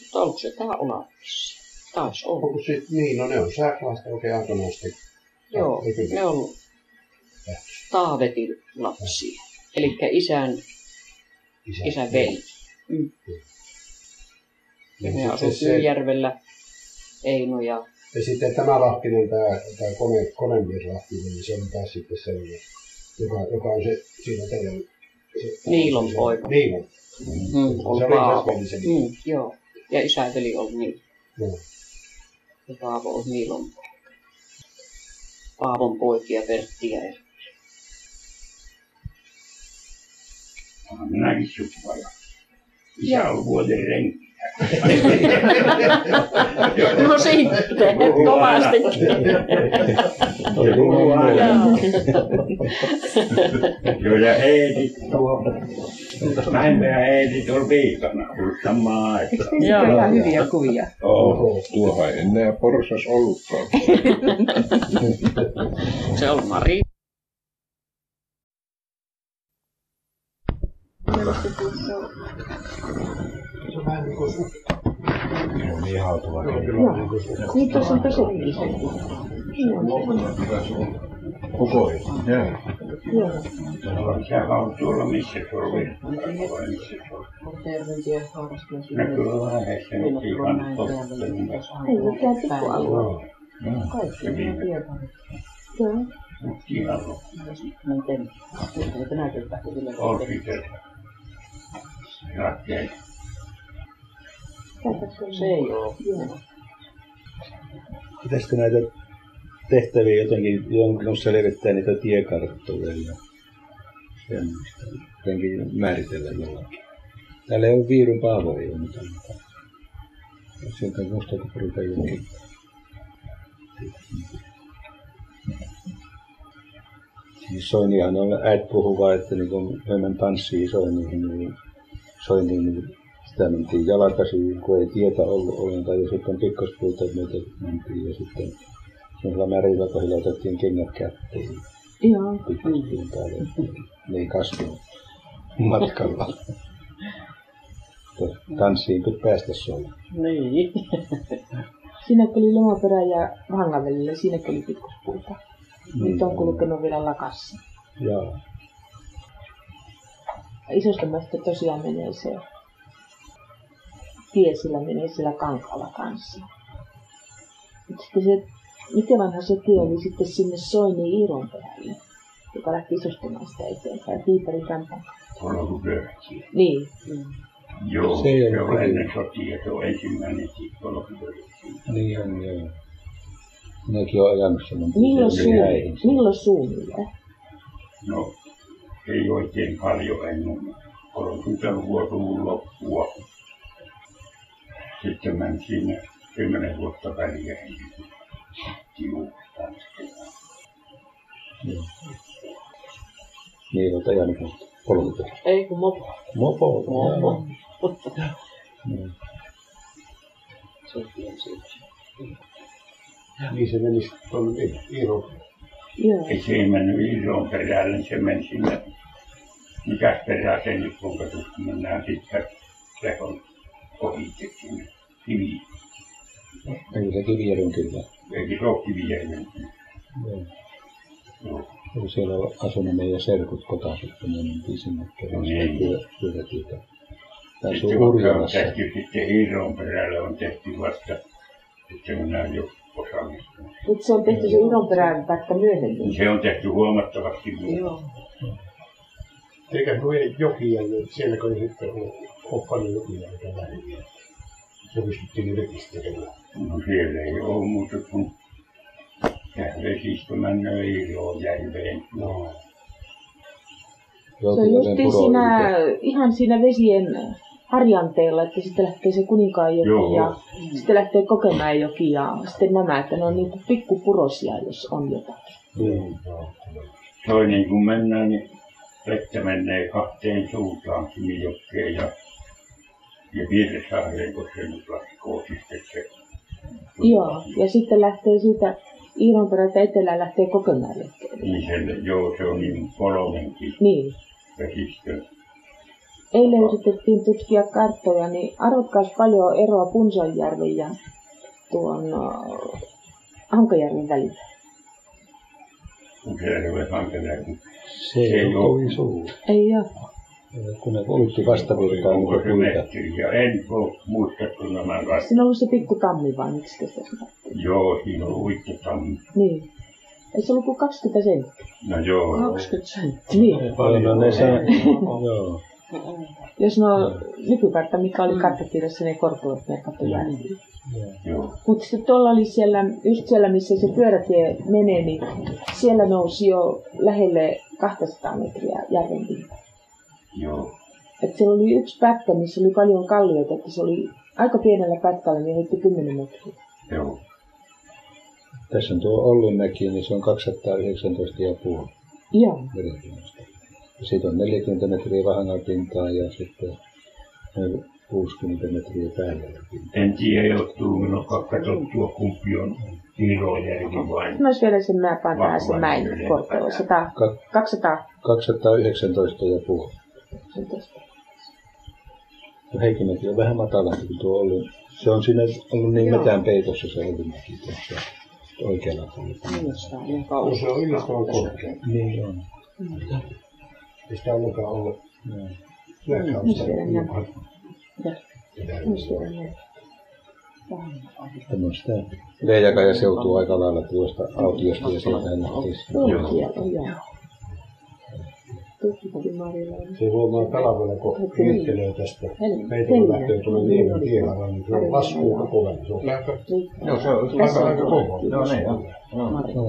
S5: Mutta onko se tää Olavissi? Taisi
S7: se.
S5: olla.
S7: Onko se, niin, no ne on sähkölaista oikein automaasti.
S5: Joo, ne on ollut Taavetin lapsia. Eli isän,
S7: Isä,
S5: isän veli.
S7: Ja,
S5: Ne asuu
S7: sitten se,
S5: Syyjärvellä, Eino ja
S7: ja sitten tämä Lahtinen, tämä, tämä kone, konemies Lahtinen, niin se on taas sitten sellainen, joka, joka on se, siinä teidän... Se,
S5: Niilon
S7: se-
S5: poika.
S7: Niilon.
S5: mm,
S7: Se
S5: on
S7: oli
S5: Paavo.
S7: Rasmussen.
S5: Mm, joo, ja isäveli on niin.
S7: Joo.
S5: Ja Paavo on Niilon poika. Paavon poikia, Pertti ja Erkki.
S4: Minäkin sukupala. Isä on vuoden renki.
S5: No sitten, kovasti.
S2: Oli kuuluu aina.
S4: Kyllä heitit tuo. Mäenpää heitit on viikana ollut samaan aikaan.
S12: Joo, ihan hyviä kuvia.
S4: Joo.
S13: Tuohan ei enää porsas ollutkaan.
S5: Se on Mari.
S7: Se on vähän niin kuin su-
S2: Se on niin hautuva.
S7: Joo, kyllä, niin kuin su-
S12: Niin tuossa on tosi
S2: Kukoi.
S12: Joo.
S4: Se on tuolla missä se oli. Vai missä se oli. Näkyy vähän heissä nyt niin- ihan
S12: Ei mitään pikkualua.
S4: Se viime.
S12: Joo.
S4: Mutta ihan loppu. Oltiin kerta. Rakkeet.
S5: Se ei oo.
S2: Pitäisikö näitä tehtäviä jotenkin jonkun selvittää niitä tiekarttoja ja semmoista. Jotenkin määritellä jollakin. Täällä ei ole Viirun Paavo ei ole mitään. Jos Sieltä musta rupeaa jonkin. Siis Soinihan on äit puhuva, että niin kun me menen tanssiin Soiniin, niin Soiniin niin sitä mentiin jalkaisin, kun ei tietä ollut ollenkaan, ja sitten pikkaspuuta myötä mentiin, ja sitten semmoisella märilakohilla otettiin kengät kätteen,
S12: Joo.
S2: pikkaspuun päälle, ne ei kasvanut matkalla. Mutta Tanssiin piti päästä soilla.
S5: Niin.
S12: Siinäkin oli lomaperä ja vangan välillä, siinäkin oli pitkospuuta. Nyt on kulkenut vielä lakassa.
S5: Mm.
S2: Joo.
S12: Isosta mästä tosiaan menee se tie, sillä menee sillä kankaalla kanssa. Mutta sitten se, miten vanha se tie oli sitten sinne Soini Iiron perälle, joka lähti isosta mästä eteenpäin, Piiperin kantaan.
S4: Tuolla on löyhkiä.
S12: Niin,
S4: Joo,
S2: Se ei
S4: se
S2: ollut
S4: on ennen sotia. Se on ensimmäinen siitä. Tuolla on löyhkiä.
S2: Niin on, joo. Minäkin olen elänyt saman
S12: milloin,
S2: tien
S12: suunnilleen?
S2: äidin.
S12: milloin suunnilleen?
S4: No, ei oikein paljon ennen. Olen kysellyt vuotuun loppua. Sitten menin sinne kymmenen vuotta väliä. Juu,
S2: Niin, olet elänyt polkuta.
S5: Ei kun mopo.
S2: Mopo.
S5: Mopo.
S2: Niin.
S7: Niin se menisi tuonne I- Iiro.
S12: Joo,
S4: Ei se ei mennyt isoon perään, se meni sinne. Mikäs perään se nyt on, kun mennään sitten lehon ohitse sinne kiviin.
S2: Eli se kivijärven kyllä.
S4: Eikä se ole kivijärven.
S2: Joo.
S4: Joo.
S2: Kun siellä on asunut meidän serkut kotaa sitten, niin mentiin sinne kerran
S4: Niin.
S2: pyörätietä. Tai se on
S4: Sitten kun on
S2: Urjalassa.
S4: tehty sitten Iiron perälle, on tehty vasta, että minä jo osallistunut.
S12: nyt se on tehty se Iiron perään vaikka myöhemmin.
S4: Se on tehty huomattavasti muuta.
S5: Joo.
S7: Eikä noin jokia, niin sielläkö ei sitten ole, ole paljon jokia, eikä väliä. Se pystyttiin rekisteröimään.
S4: No siellä ei ole muuta kuin vesistä mennä Iiroon järveen.
S7: No,
S12: Se on justiin siinä, ihan siinä vesien harjanteella, että sitten lähtee se kuninkaan joki
S4: Joo.
S12: ja sitten lähtee kokemaan joki ja sitten nämä, että ne on niitä pikkupurosia, jos on jotakin.
S4: Toinen kun mennään, niin vettä menee kahteen suuntaan sinne jokeen ja, ja Virsaareen, kun se nyt laskoo sitten se. Mm.
S12: Joo, ja sitten lähtee siitä Iironperältä etelään lähtee kokemaan jokeelle.
S4: Niin sen, joo, se on niin kuin kolmenkin
S12: Niin.
S4: vesistö.
S12: Eilen yritettiin tutkia karttoja, niin arvotkaas paljon eroa Punsonjärven ja tuon uh, Hankajärven välillä.
S4: Kun se ei ole hankala, kun
S3: Se ei
S4: Ei
S3: ole
S4: oo.
S3: kovin suuri.
S12: Ei ole.
S3: Kun ne poltti vastavirtaan
S2: niin
S4: onko
S3: niitä
S4: se
S3: puita.
S4: metri. Ja en oo- muista, kun nämä rat...
S12: Siinä on ollut se pikku tammi vai miksi sitä sanottiin.
S4: Joo, siinä on uittotammi.
S12: Niin. Ei se ollut kuin 20 senttiä.
S4: No joo.
S12: senttiä. Niin.
S3: No ne saa, joo.
S12: Jos no nykykartta, mikä oli karttakirjassa, ne korkeat merkattu mm.
S4: Joo.
S12: Mutta sitten tuolla oli siellä, just siellä missä se pyörätie menee, niin siellä nousi jo lähelle 200 metriä järven pintaa.
S4: Joo.
S12: Et siellä oli yksi pätkä, missä oli paljon kallioita, että se oli aika pienellä pätkällä, niin heitti 10 metriä.
S4: Joo.
S2: Tässä on tuo Ollinmäki, niin se on 219,5
S12: Joo,
S2: merenpinnasta. Siitä on 40 metriä vahanapintaa ja sitten noin 60 metriä päälle.
S4: En tiedä, johtuu minun katsottua, kumpi on Irojärvi vai
S12: mä olisi vielä sen mäpään
S4: Vahva
S12: tähän se mäen
S4: yleinen
S12: korkeudella, 100,
S2: Ka-
S12: 200.
S2: 219,5. No Heikinmäki on vähän matalampi kuin tuo Ollin. Se on siinä ollut niin metään peitossa se Ollinmäki tuossa oikealla puolella.
S7: No se on yllättävän korkea.
S2: Niin on.
S12: Mm.
S7: Ei sitä ollenkaan ollut.
S2: Joo.
S12: No niin,
S7: Lähtöistä.
S2: Tämä on sitä. Leijakaija seutuu aika lailla tuosta autiosta ja sieltä
S12: Tuokia
S2: ennättiin.
S12: on joo. Tuokia Marilla on.
S7: Se huomaa talvella, kun
S12: niin?
S7: viittelee tästä. Meitä kun lähtee tuonne Niemen tiellä, niin se on laskuu koko ajan. Se on
S11: Joo, se on
S7: aika, aika kova.
S11: Joo, niin on.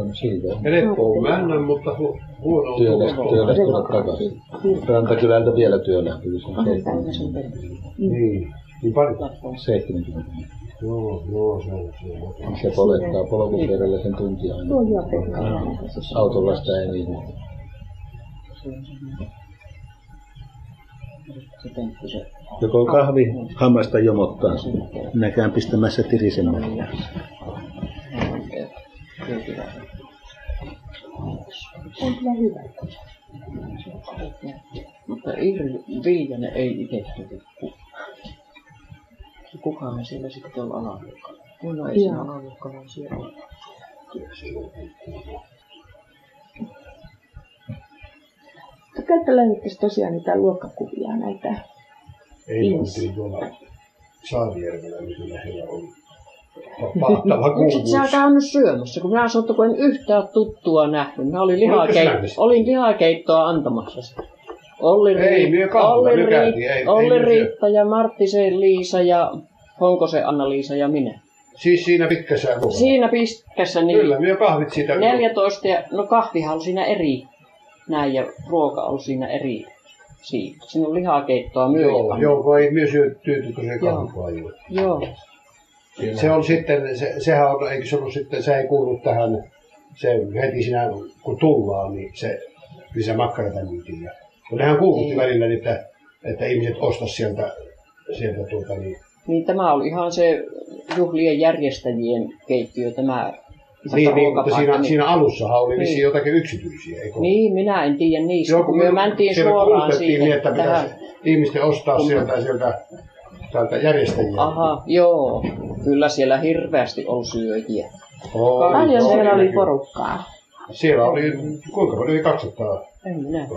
S2: No, siitä on.
S12: Helppoa mennä,
S7: mutta huono
S2: Työläs, työläs tulla takaisin. Rantakylältä vielä työläs. Kyllä se on 70.
S7: Niin. Niin paljon.
S2: 70.
S7: Joo, joo, se on se. on.
S2: Se polettaa polkupyörällä sen tuntia aina.
S12: Tuo joo, Pekka.
S2: Autolla sitä ei niin. Joko kahvi hammasta jomottaa. Minä käyn pistämässä tirisemään.
S12: On kyllä hyvä.
S5: Mutta Irri Viljanen ei itse tykkää. Kukahan siellä sitten on alaluokkalla? Mulla ei siinä
S12: Joo.
S5: alaluokkalla on siellä.
S12: Mutta Käyttä löydettäisiin tosiaan niitä luokkakuvia näitä.
S7: Ei
S12: Yes.
S7: oltiin tuolla Saavijärvellä, niin kyllä heillä on pahtava
S5: Miksi et
S7: kuuluus.
S5: sä käynyt syömässä, kun minä sanoin, kun en yhtään tuttua nähnyt. Mä olin, lihakeitto,
S7: syömässä?
S5: olin lihakeittoa antamassa sitä. Olli,
S7: Ei, me
S5: Riitta,
S7: kahvilla
S5: Olli,
S7: lykättiin, ei-
S5: Riitta,
S7: ei
S5: Olli
S7: me
S5: Riitta ja Marttisen Liisa ja Honkosen Anna-Liisa ja minä.
S7: Siis siinä pitkässä kuvassa.
S5: Siinä pitkässä niin
S7: Kyllä, me kahvit siitä.
S5: 14 ja no kahvihan oli siinä eri näin ja ruoka oli siinä eri siitä. Siinä on lihakeittoa myös.
S7: Joo, joo, vai me syöttyy se kahvaa jo.
S5: joo.
S7: Se on sitten, se, sehän on, eikö se ollut sitten, se ei kuulu tähän, se heti siinä kun tullaan, niin se, niin se makkarata myytiin. Ja, kun nehän kuulutti
S5: Niin.
S7: välillä, niin että, että ihmiset ostaa sieltä, sieltä tuota niin.
S5: Niin tämä oli ihan se juhlien järjestäjien keittiö tämä
S7: Niin, niin, mutta
S5: ruokapaikka,
S7: siinä,
S5: niin-
S7: siinä alussahan oli vissiin
S5: Niin.
S7: jotakin yksityisiä, eikö?
S5: Niin, minä en tiedä niistä, kun me mentiin
S7: siellä
S5: suoraan
S7: kuulutettiin
S5: siihen
S7: Niin, että pitäisi
S5: tähän.
S7: ihmisten ostaa sieltä, sieltä täältä järjestäjiä.
S5: Aha, joo. Kyllä siellä hirveästi on syöjiä.
S7: Oi,
S12: Paljon
S7: joo,
S12: siellä oli
S7: kyllä.
S12: porukkaa.
S7: Siellä oli, kuinka paljon, yli 200,
S5: En minä.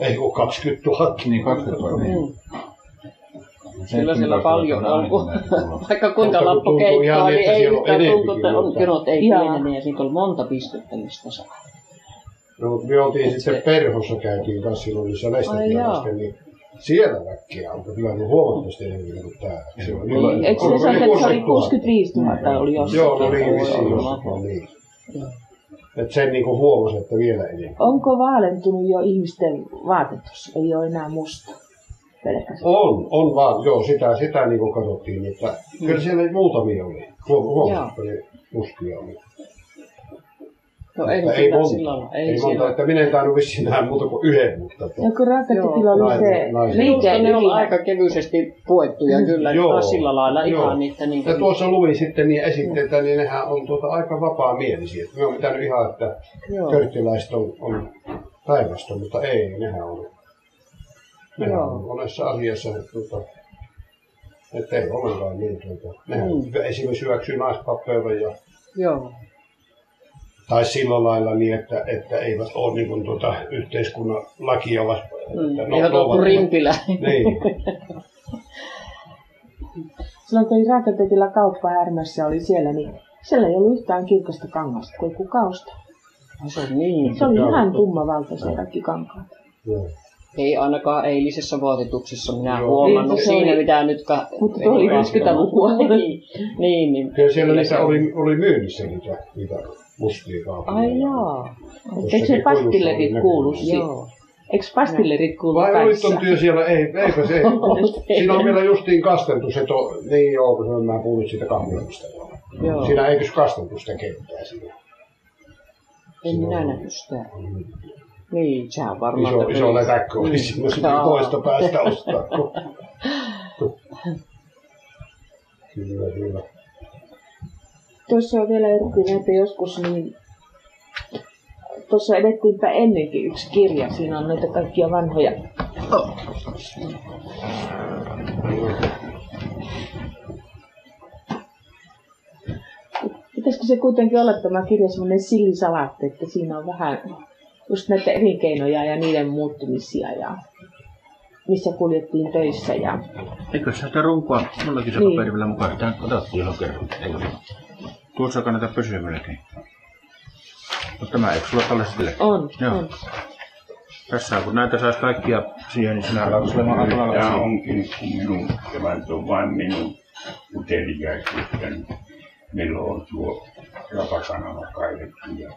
S7: ei kun 20 000.
S11: Niin, 20 000. Niin.
S5: Mm. Kyllä siellä paljon on. Vaikka kuinka
S7: kun
S5: lappu
S7: tuntuu
S5: keittoa,
S7: ihan,
S5: niin
S7: että
S5: ei
S7: siellä on
S5: yhtään
S7: enempikin
S5: tuntuu, että on
S7: jotain.
S5: jonot ei
S12: Jaa.
S5: pienene ja siitä oli monta pistettä, mistä saa.
S7: No, mut me oltiin
S5: Mut
S7: sitten
S5: se-
S7: Perhossa käytiin kanssa silloin niissä
S5: jaa.
S7: lestetilaisten, niin siellä väkkiä on kyllä ollut huomattavasti enemmän kuin täällä. Se oli
S12: Niin, eikö se
S7: Oliko
S12: sanoa,
S7: ne
S12: että se oli
S7: 60 000?
S12: 65 000 oli jossakin?
S7: Joo, no niin, vissiin
S5: Joo,
S7: jossakin, niin. Että sen niin kuin huomasi, että vielä enemmän.
S12: Onko vaalentunut jo ihmisten vaatetus? Ei ole enää musta. Pelkästään.
S7: On, on vaan, joo, sitä, sitä niin kuin katsottiin, että kyllä siellä muutamia oli. Huom- Huomasitko, niin mustia oli.
S5: No ei,
S7: Mutta
S5: ei
S7: ei
S5: sillä,
S7: monta.
S5: sillä, ei,
S7: Ei
S5: ei
S7: monta,
S5: sillä.
S7: että minä en tainnut vissiin nähdä muuta kuin yhden, mutta... että-
S12: Ja kun Rautakytillä oli se
S7: Nainen- nainen.
S5: Minusta
S12: liike
S5: ne on aika kevyisesti puettuja kyllä,
S7: Mm. Joo.
S5: Joo. sillä lailla
S7: Joo.
S5: ihan niitä niin
S7: Ja tuossa luin sitten niin esitteitä, niin nehän on tuota aika vapaamielisiä. Me on pitänyt ihan, että
S5: Joo.
S7: körttiläiset on, on päinvastoin, mutta ei, nehän on. Nehän
S5: Joo.
S7: on monessa asiassa, että, tuota, että ei ollenkaan niin. Tuota. Nehän
S5: Mm.
S7: esimerkiksi hyväksyy naispappeuden ja
S5: Joo.
S7: tai sillä lailla niin, että, että eivät ole niin kuin, tuota, yhteiskunnan lakia vastaan.
S5: Mm.
S7: Että
S5: No, ihan tuo
S7: ovat-
S5: kuin rimpilä.
S7: Niin,
S12: Silloin kun Rautatetillä kauppa härmässä oli siellä, niin siellä ei ollut yhtään kirkasta kangasta kuin kukausta.
S5: No Se on niin.
S12: Se oli ihan tumma valtaisia kaikki kankaat.
S7: joo.
S5: Ei ainakaan eilisessä vaatetuksessa minä
S7: Joo.
S5: huomannut
S12: Niin, se
S5: siinä
S12: oli-
S5: mitä nyt... Ka...
S12: Mutta tuo oli
S5: Ei-
S12: 20-lukua.
S5: niin, niin, niin.
S7: Kyllä siellä
S5: Kyllä
S7: niitä
S5: se on.
S7: oli, oli myynnissä niitä, niitä mustia kaapia.
S5: Ai jaa.
S12: Eikö se pastillerit kuulu siihen?
S5: Joo.
S12: Eikö pastillerit kuulu
S7: Vai
S12: kanssa?
S7: olitton työ siellä? Ei, eipä se. Siinä on vielä justiin kasteltu se to... Niin joo, kun se on- mä puhun nyt siitä kahvilamista.
S5: Joo.
S7: Siinä eikös kasteltu sitä kenttää siinä.
S5: En minä nähnyt sitä. Niin, se on varmaan... niin.
S7: Iso, iso
S5: tämmöinen-
S7: letäkkö oli siinä, jos piti
S5: Jaa.
S7: toista päästä ostaa. kyllä, kyllä.
S12: Tuossa on vielä edettiin näitä joskus, niin tuossa edettiinpä ennenkin yksi kirja. Siinä on näitä kaikkia vanhoja. Pitäisikö se kuitenkin olla tämä kirja semmoinen sillisalaatti, että siinä on vähän just näitä elinkeinoja ja niiden muuttumisia ja missä kuljettiin töissä ja
S11: Eikö sitä runkoa? Mullakin se
S12: Niin.
S11: paperi vielä mukaan. Tämä katsottiin johon kerran. Eikö se? Tuossa kannattaa pysyä melkein. Mutta tämä eikö sulla tällä sille?
S12: on,
S11: Joo.
S12: on.
S11: Tässä kun näitä saisi kaikkia siihen, niin sinä alkaa olemaan aika lailla
S4: Tämä
S11: siinä.
S4: onkin kun minun, tämä nyt on vain minun uteliaisuuttani, milloin on tuo rapakanava kaivettu ja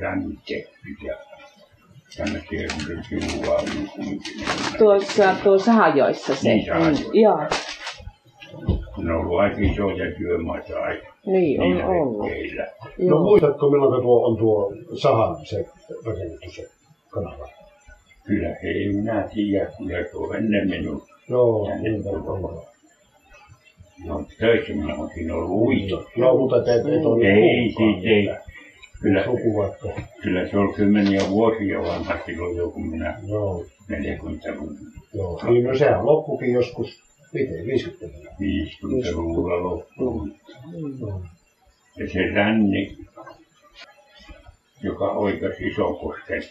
S4: rännitekki ja tämmöisiä kun se sivuaa
S12: Tuossa, tuossa hajoissa se.
S4: Niin, se hajoissa.
S12: Joo,
S4: Ne on ollut aika isoja työmaita aika
S5: Niin, on
S4: niillä
S5: ollut.
S4: retkeillä.
S7: No
S5: Joo.
S7: muistatko milloin tuo on tuo sahan se rakennettu se kanava?
S4: Kyllä he ei minä tiedä, kyllä se on ennen minun.
S7: Joo,
S4: Tänne
S7: niin taitaa olla.
S4: Ne on töissä, minä olen ollut uito.
S7: Joo, mutta te ette ole
S4: Ei, siis ei. Kyllä,
S7: Sukua, että
S4: kyllä se on kymmeniä vuosia vanha silloin joku minä
S7: joo,
S4: 40-luvun,
S7: joo. Niin no sehän loppukin joskus, miten, 50
S4: 50-luvulla loppuun.
S7: Joo.
S4: Ja se ränni, joka oikasi Isokosken,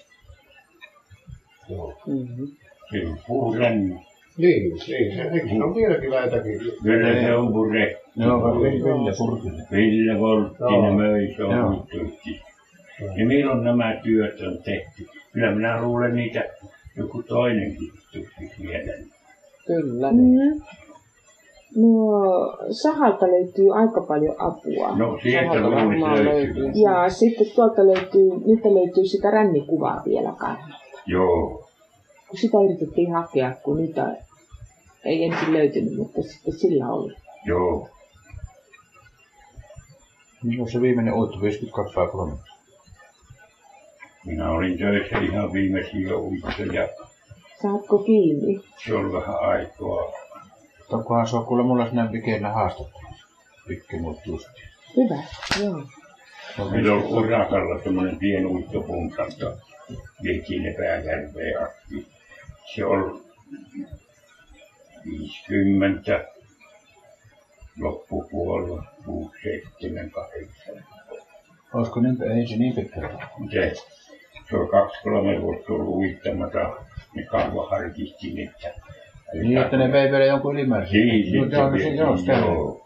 S7: Joo.
S5: Mm-hmm.
S4: se on puuränni.
S7: Niin, niin, se, eikö se on vieläkin väitäkin?
S4: Kyllä se on pure.
S11: Ne on Ville Kurkille.
S4: Ville Volttinen
S7: Joo.
S4: möi, se
S11: Joo.
S4: on huittuyhtiö. Ja milloin nämä työt on tehty? Kyllä minä luulen niitä joku toinenkin tuskin vielä.
S5: Kyllä.
S12: Mm. No, sahalta löytyy aika paljon apua.
S4: No sieltä
S5: Sahalta
S4: luulisi
S5: varmaan
S4: löytyy.
S5: löytyy.
S12: Ja sitten tuolta löytyy, nyt löytyy sitä rännikuvaa vielä kai.
S4: Joo.
S12: Kun sitä yritettiin hakea, kun niitä ei ensin löytynyt, mutta sitten sillä oli.
S4: Joo,
S11: Niin on se viimeinen uittu 52 vai 3.
S4: minä olin töissä ihan viimeisiä uittoja.
S12: Saatko kiinni?
S4: Se on vähän
S11: No,
S4: aikaa.
S11: Onkohan se on kuule mulla sinä pikeinä haastattelussa. Pikki mut justi.
S12: Hyvä. Joo.
S11: No,
S4: Meillä on urakalla semmoinen pieni uittopuntalta. Vietiin ne pääjärveen asti. Se on 50 loppupuolella, 6, 7, 8.
S11: Olisiko niin, ei se niin pitkä.
S4: Se, se on kaksi, kolme vuotta ollut uittamata. Ne kauan harkittiin, että...
S11: Niin, että ne vei vielä jonkun ylimääräisen.
S4: Niin,
S11: no, joo, no, se,
S4: sitten
S11: joo,
S4: se-
S11: sitä.
S4: joo.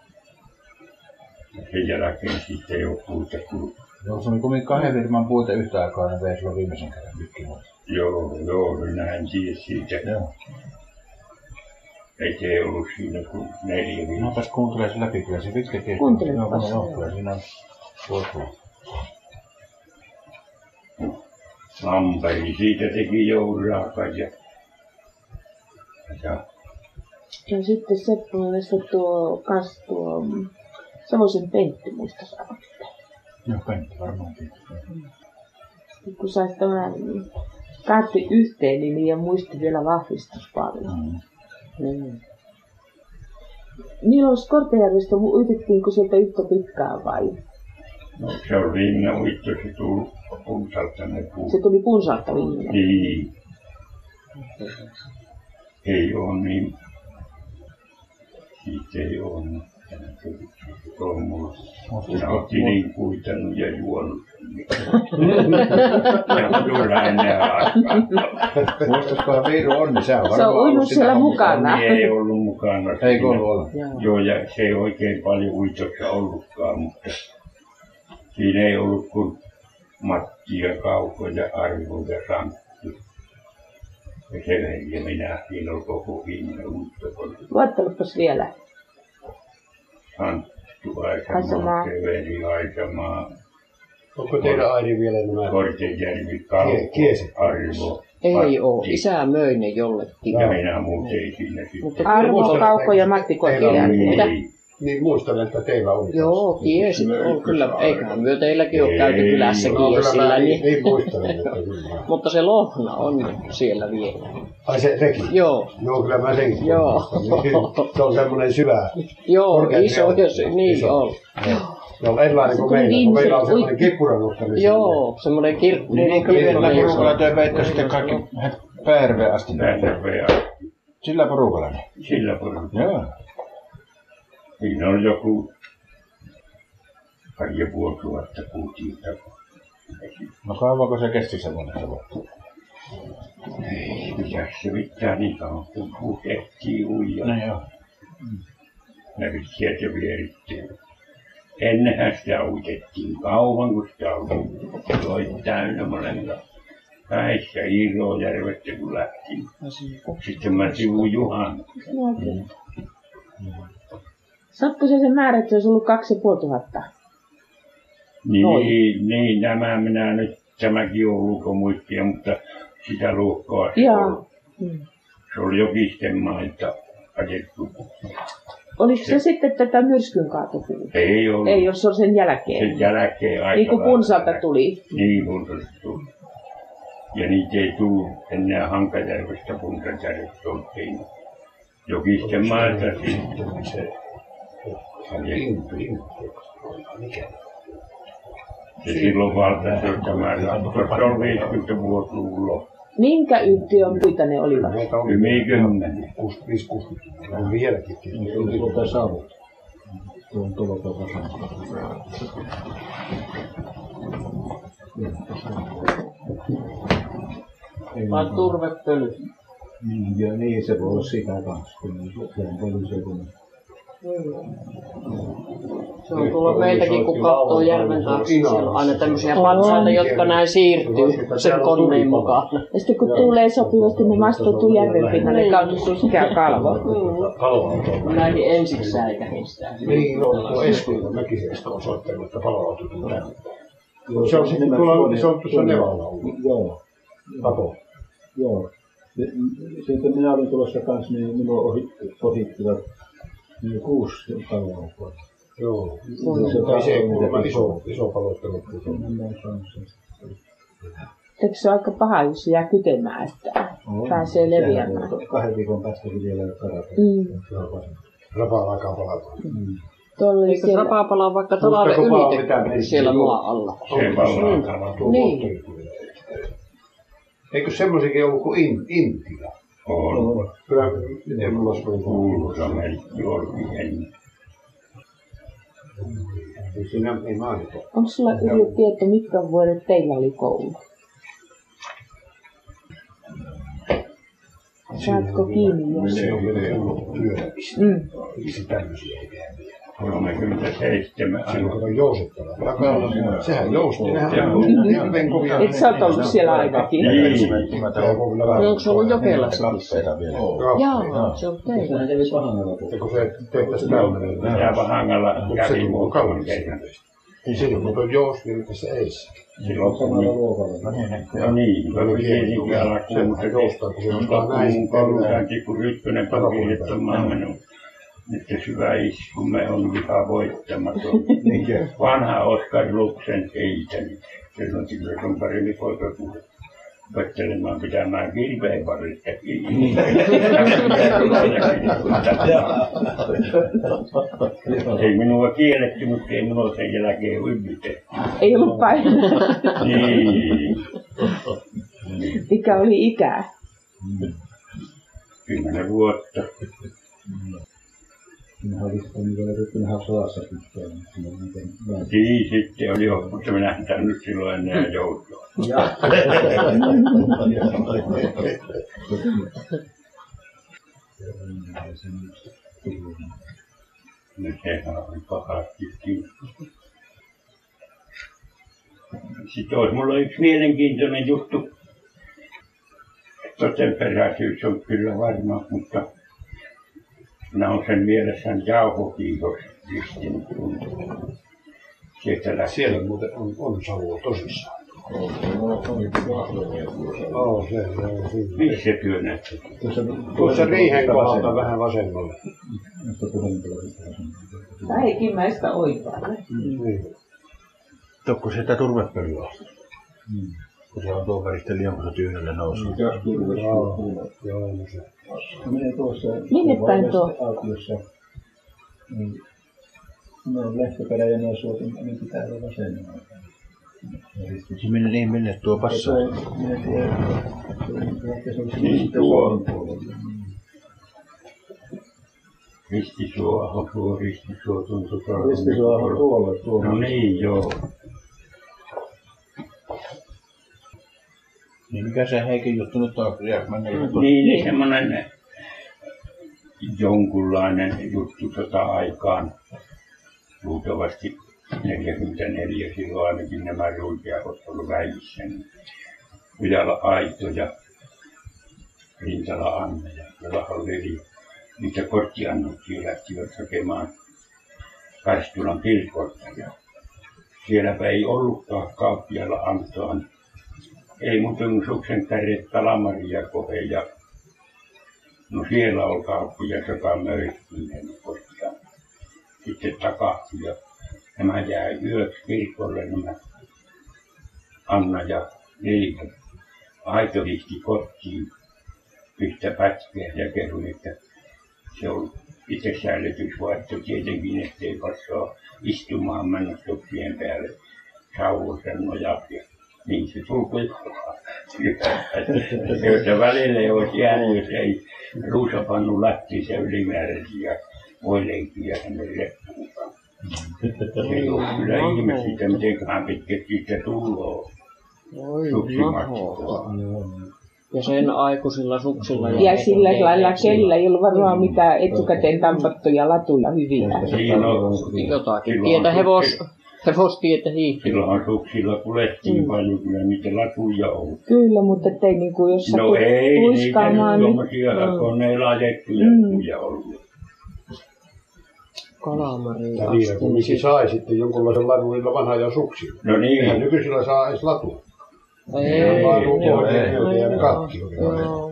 S4: Ja Sen jälkeen sitten ei ole puuta kulunut.
S11: Joo, se oli kumminkin kahden firman puute yhtä aikaa, ne vei silloin viimeisen kerran pikki mut.
S4: Joo, joo, minä en tiedä siitä.
S11: Joo.
S4: Ei se ollut siinä kuin neljä
S11: No,
S4: viisi.
S11: tässä kuuntelee se läpi, kyllä se pitkä kirja. Joo,
S12: Kuuntelepas, joo.
S11: joo, kyllä siinä on vuotua.
S4: Lamperi siitä teki jouraakan ja, ja
S12: Ja sitten Seppo mielestä tuo, kans tuo mm, Savosen Pentti muista saada.
S11: Joo, Pentti varmaan tietää.
S12: Nyt Kun saisi tämän niin kaikki yhteen, niin ja muisti vielä vahvistus paljon.
S11: Mm.
S12: Niin. Milloin Kortejärvestä uitettiinko sieltä yhtä pitkään vai?
S4: no, se on viimeinen uitto, se tuli punsalta ne
S12: Se
S4: puut.
S12: tuli punsalta viimeinen.
S4: Niin. Ei ole niin. Siitä ei ole niin. Se on mulla. Minä otti niin kuitannut ja juonut. Ja tuolla enää aikaa.
S7: Muistatkohan Viiru on, niin sä on
S12: Se
S7: varmaan
S12: on uinut siellä mukana.
S4: Niin ei ollut mukana.
S7: Ei
S4: siinä.
S7: ollut ole.
S12: Joo.
S4: Joo, ja se ei oikein paljon uitossa ollutkaan, mutta siinä ei ollut kuin Matti ja Kauko ja Arvo ja Santtu. Ja se ja minä, siinä oli koko viimeinen uitto, kun
S11: niin.
S12: Luettelepas vielä.
S4: Santtu, Aisamaa,
S12: Aisamaa.
S4: Keveri, Aisamaa,
S7: Onko teillä Airi vielä nämä?
S4: Kortejärvi, Kauko,
S7: Kie- kiesi.
S4: Arvo.
S5: Ei
S4: Matti.
S5: oo. Isä möi ne jollekin.
S4: Ja minä muuten ei siinä sitten.
S5: Mutta
S12: Arvo, Kauko ja Matti Kortejärvi.
S7: Ei.
S12: Mitä?
S4: Ei,
S7: Niin muistan, että teillä on.
S5: Joo, kiesit on kyllä. Eiköhän myö teilläkin ole käyty
S4: Ei,
S5: kylässä
S4: joo,
S7: No, kyllä mä
S5: kiesillä.
S7: niin,
S5: Niin.
S7: niin muistan, että kyllä.
S5: Mutta se lohna on siellä vielä.
S7: Ai se teki?
S5: Joo,
S7: Joo, kyllä mä senkin.
S5: Joo.
S7: muistan. Se on semmoinen syvä.
S5: joo,
S7: Korkeat
S5: iso,
S7: neuvot.
S5: jos, niin
S7: Iso.
S5: on.
S7: Se on erilainen
S12: Se
S7: kuin
S12: tuli
S7: meillä, kun meillä
S12: viimeisellä
S7: on semmoinen
S12: uitti-
S7: kippuranokka. niin
S5: Joo, semmoinen kirkko.
S11: Niin, niin kyllä sillä
S5: kirkko-
S11: porukalla te veitte sitten kaikki päärve asti.
S4: Päätäpä
S11: Sillä porukalla ne.
S4: sillä porukalla.
S11: Joo.
S4: Siinä on joku pari ja puoli tuhatta kuutiota.
S11: No kauanko se kesti semmoinen se vuotta?
S4: Ei pidä se mitään niin kauan, kun puhuttiin uija.
S11: No joo.
S4: Näkyy Mm. sieltä vierittiin. Ennenhän sitä uitettiin kauan, kun sitä oli loit täynnä molemmilla päissä Iirojärvestä, kun lähti. Sitten mä sivun Juhan.
S12: Joo, kyllä. Sattuiko se sen määrä, että se olisi ollut kaksi ja puoli tuhatta?
S4: Niin, niin, nämä minä nyt, tämäkin on ulkomuistia, mutta sitä luokkaa se
S12: Jaa.
S4: oli.
S12: Mm.
S4: Se oli jokisten maita ajettu
S12: Oliko se sitten tätä myrskyn kaatopuuta?
S4: Ei ollut.
S12: Ei, jos se on sen
S4: Sen
S12: jälkeen.
S4: jälkeen aika
S12: Niin kuin
S4: lailla.
S12: punsalta tuli.
S4: Niin, punsalta tuli. Ja niitä ei tullut enää Hankajärvestä, Puntajärvestä oltiin. Jokisten maalta sitten. Ja silloin valtaisen tämä ratkoi. Se on 50 vuotta luulo.
S12: Minkä yhtiön puita ne olivat?
S7: Meitä on
S4: Yli kymmenen.
S7: 5-60. On vieläkin.
S11: Tuolta saavut. Tuon tuolta vasemmalla.
S5: Vai turvepöly.
S11: Niin, ja niin se voi olla sitä kanssa, kun se on paljon se, kun
S5: Se on tuolla meiltäkin, kun katsoo järven taakse, niin siellä on aina tämmöisiä patsaita, jotka näin siirtyy sen koneen mukaan.
S12: Ja sitten kun tuulee sopivasti, ne mastuutuu järven
S5: Niin.
S12: pinnalle kautta suskea kalvo.
S5: Mm.
S12: Mm.
S7: Paloauto.
S5: Näihin ensiksi säikähin sitä.
S7: Niin, joo,
S5: no,
S7: tuo Esko, mäkin Esko on soittanut, että paloauto tuli tänne. Se on sitten tuolla, se on tuossa Nevalla ollut.
S11: Joo,
S7: Papo.
S11: joo. Se- m- Sitten minä olin tulossa kanssa, niin minua ohitti- ohittivat niin kuusi taloa.
S7: Joo.
S11: Joo, se
S7: Ei se
S11: on
S7: kuulemma
S11: mitä
S7: iso, iso palostelu.
S11: Minä en saanut sen.
S12: Eikö se ole aika paha, jos se jää kytemään, että pääsee leviämään?
S11: Sehän on Kahden viikon päästä vielä karata.
S12: Mm.
S7: Rapaa alkaa palata.
S12: Tuolla oli
S5: Eikö se
S12: siellä.
S5: rapapala on vaikka talalle
S7: Muistatko vaan mitä
S5: ylitetty
S7: meillä
S5: siellä
S7: oli?
S5: maan alla?
S4: Se vallan.
S5: Niin.
S7: Eikö semmoisenkin ollut kuin in, Intila?
S4: On.
S7: Kyllä, miten mulla olisi ollut
S4: Kuuluisa merkki Orvien.
S7: Ei Siinä niin ei mainita.
S12: Onko sulla yli tieto, mitkä vuodet teillä oli koulu? Saatko kiinni jos?
S7: niin
S12: Mm.
S7: Miksi tämmöisiä ei tehdä?
S4: 37 aina.
S7: Silloin on joustettava. Sehän jousti.
S4: Joo.
S7: Nehän on hirveän kovia.
S12: Et sä oot ollut siellä ainakin.
S4: Niin.
S5: No, onko se ollut jokelassakin?
S11: Kappeita vielä.
S5: Jaa, se on teillä.
S7: Ja kun se tehtäisiin tämmöinen.
S4: Minä Vahangalla
S7: Mutta se
S4: kävin
S7: tuntuu
S4: muutaman
S7: kauan
S4: kerran.
S7: siitä. Niin silloin kun on joos vilkassa eissä.
S4: Silloin
S13: Samalla
S4: kun
S13: luokalla.
S4: No niin, no niin,
S7: No
S4: no
S7: niin,
S4: niin,
S7: joo,
S4: kyllä
S7: se-
S4: lakuu, mutta
S7: se joustaa, kun se
S4: kun
S7: nostaa näin,
S4: lakuu
S7: sitten
S4: koulutankin, kun Rytkönen
S7: Paluun
S4: pakirjoittamaan minun. Nyt syvä iskumme on viha voittamaton.
S13: Niinkö?
S4: Vanha Oskar Luksen heitäni. Se on kyllä se on parempi poika kuin opettelemaan pitämään kirveen parista kiinni. Ei minua kielletty, mutta ei minua sen jälkeen ymmitetty.
S12: Ei ollut painaa,
S4: Niin.
S12: mikä oli ikää.
S4: Kymmenen vuotta.
S2: Minä olin sitten niin vielä ryhtynyt ihan salassa pitkään. mutta siinä oli miten- mä-
S4: Niin, sitten oli jo, mutta minä en tainnut silloin enää joutua. No sehän oli pahastikin. Sitten olisi mulla yksi mielenkiintoinen juttu. Totenperäisyys on kyllä varma, mutta minä olen sen mielessäni jauhokiihos pistin kuntoon. Sieltä lähti.
S7: Siellä muuten on, on savua tosissaan.
S13: Joo.
S7: Oo, se se on siinä.
S4: Missä se työ näytti?
S7: Tuossa riihen kohdalta vähän vasemmalle.
S2: Mutta puhelinpelkistä asuntoa.
S12: Tai kimmäistä oikealle.
S7: Niin.
S3: Tokko sitä turvepölyä?
S2: Mm.
S3: Kun se on tuon väristä liemassa tyynellä noussut.
S13: Mitäs turves
S7: Joo.
S13: kuulee?
S7: Joo, no se.
S2: Minä tuossa...
S12: Minne päin tuo?
S2: Autiossa. Niin, no, lehtoperä ja noin suotin, niin pitää olla vasemmalle.
S3: Se minne niin minne tuo passaa?
S2: Minä tiedän, että se on
S4: Niin,
S2: sitten
S4: tuo.
S2: suorin puolella.
S4: Ristisuo, ahosuo, ristisuo, tuntutalo.
S2: Ristisuohan on tuolla, tuolla.
S4: No niin, joo.
S11: Niin mikä se Heikin juttu nyt on? Ja mä näin, että-
S4: Niin, niin semmoinen jonkunlainen juttu tota aikaan. Luultavasti 44 silloin ainakin nämä ruikeakot ollut välissä. Niin Ujala Aito ja Rintala Anne ja Jalahan Leli. Niitä korttiannuksia lähtivät hakemaan Karstulan kirkolta. Ja sielläpä ei ollutkaan kauppialla Antoa, niin ei muuten kuin suksen täret kalamaria kohe ja no siellä on kauppuja, joka möi sinne koska sitten takahti ja nämä jäi yöksi kirkolle niin nämä Anna ja Nelika. Aito hihti kotiin yhtä pätkää ja kehui, että se on itsesäilytysvaihto tietenkin, ettei passaa istumaan mennä tuppien päälle sauvosen nojat ja niin se tuli kukaan. Joita välillä ei olisi jäänyt, jos ei ruusa pannu lähti se ylimääräisiä voileikiä hänen reppuun. Se on kyllä ihme siitä, mitenköhän pitkä siitä tulloo.
S5: Voi maho.
S4: Suksimatkoa.
S5: Ja sen aikuisilla suksilla.
S12: Ja sillä lailla kellä ei ollut varmaan mitään etukäteen tampattuja latuja hyviä.
S4: Siinä on,
S5: Niin, Jotakin.
S4: Silloin
S5: Tietä
S4: on
S5: hevos,
S4: suksi-
S5: hevostietä hiihtyy.
S4: Silloinhan suksilla kuljettiin
S12: Mm.
S4: paljon, kyllä niitä latuja on.
S12: Kyllä, mutta ettei niinku, jos
S4: No
S12: sattuu
S4: ei, niitä
S12: luiskaamaan,
S4: nyt
S12: niin...
S4: tuommoisia
S12: Mm.
S4: koneilla ajettuja
S12: Mm.
S4: latuja ollut.
S5: Kalamari
S7: Ja niillä
S12: niin.
S7: kumminkin
S5: asti.
S7: sai sitten jonkunlaisen ladun vanha ja suksi.
S4: No
S12: Mm.
S7: Eihän
S4: niin,
S7: nykyisillä saa edes latua.
S5: Ei,
S7: Vaan
S5: joo,
S7: lukua
S5: ei,
S7: ei myötä ja ne
S5: joo,
S7: katki oli.
S5: joo.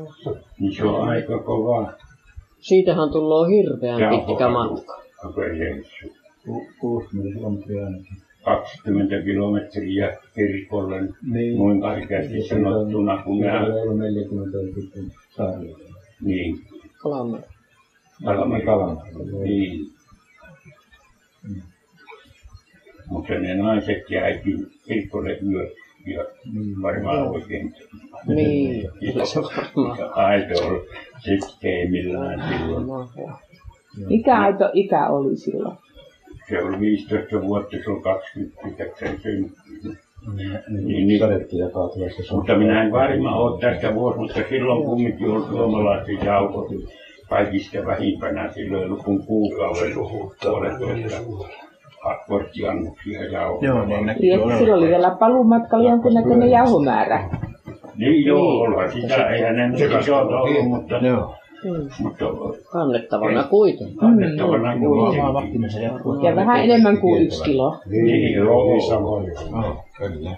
S4: niin se on aika kovaa.
S5: Siitähän tulee hirveän pitkä matka.
S4: Onko Jeesus?
S2: Ku- Kuusi kilometriä ainakin.
S4: 20 kilometriä kirkolle,
S2: Niin.
S4: noin karkeasti sanottuna, kun minä
S2: Siellä ei ollut 40 sitten saarilla.
S4: niin,
S5: Kalamari.
S4: Kalmari.
S2: Kalmari.
S4: Niin. Mutta ne naiset jäikin kirkolle yö ja varmaan oikein tuota
S5: Niin, kyllä se varmaan.
S4: aito oli systeemillään silloin.
S5: mahoa.
S12: Mikä aito ikä oli silloin?
S4: Se oli 15 vuotta, se oli 29 syntynyt. Niin, niin.
S2: Sadetta ja kaatilasta se on.
S4: Mutta minä en varma ole tästä vuosi, mutta silloin kumminkin on suomalaiset jauhot kaikista vähimpänä silloin, ei ollut kuin kuukauden puolesta korttiannoksia jauhoja.
S11: Joo, niin näkyy
S12: Niin, että sillä oli vielä paluumatkalla jonkunnäköinen jauhomäärä.
S4: Niin joo,
S5: Niin.
S4: ollaan sitä, eihän Niin, ne nyt isot ollut, mutta
S11: Joo.
S4: Mutta
S5: Kannettavana kuitenkin.
S4: Mm. kannettavana
S5: Mm.
S11: Kuulemaan
S4: kuitenkin.
S11: vahtimessa ja
S12: Ja vähän enemmän kuin yksi kilo.
S4: Niin, joo.
S7: Niissä on paljon.
S13: No, kyllä.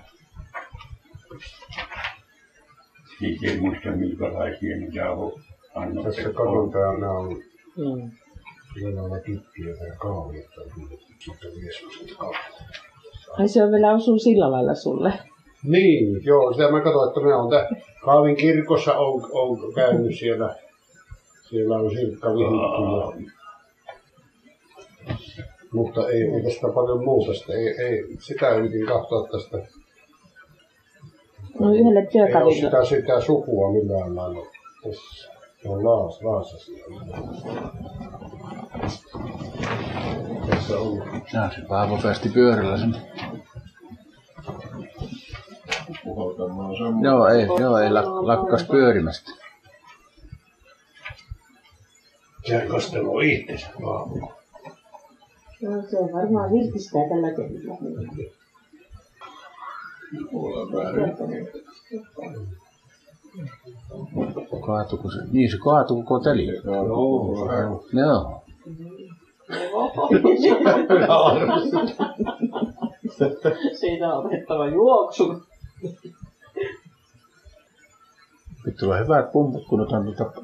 S4: Siis ei muista minkälaisia mitä on annettu.
S7: Tässä katsotaan, nämä on
S5: Mm.
S7: jollain kippiä ja kahvia. Mutta Jeesus, kahvia.
S12: Ai se on vielä osuu sillä lailla sulle.
S7: Niin, joo, sitä mä katsoin, että minä olen tä- Kaavin kirkossa on, on käynyt siellä. Siellä on silkka vihitty. ja- Mutta ei oikeastaan paljon muuta. Sitä, ei, ei, sitä yritin katsoa tästä.
S12: No yhdellä
S7: Ei ole
S12: työkalilla.
S7: sitä, sitä sukua millään lailla tässä. Se on Laas, Laasassa. Tässä on
S11: Nää se Paavo päästi pyörällä sen.
S13: Puhaltamaan semmoinen.
S11: Joo, ei, joo, ei lak- lakkas pyörimästä.
S7: se kastelu itsensä aamulla.
S12: No se on varmaan virkistää tällä kertaa.
S13: Puolella vähän riippuinen.
S11: Kaatuko se? Niin se kaatui koko teli.
S13: Joo, vähän.
S11: Joo.
S5: Siitä on otettava juoksu.
S11: Nyt tulee hyvät pumput, kun otan tuota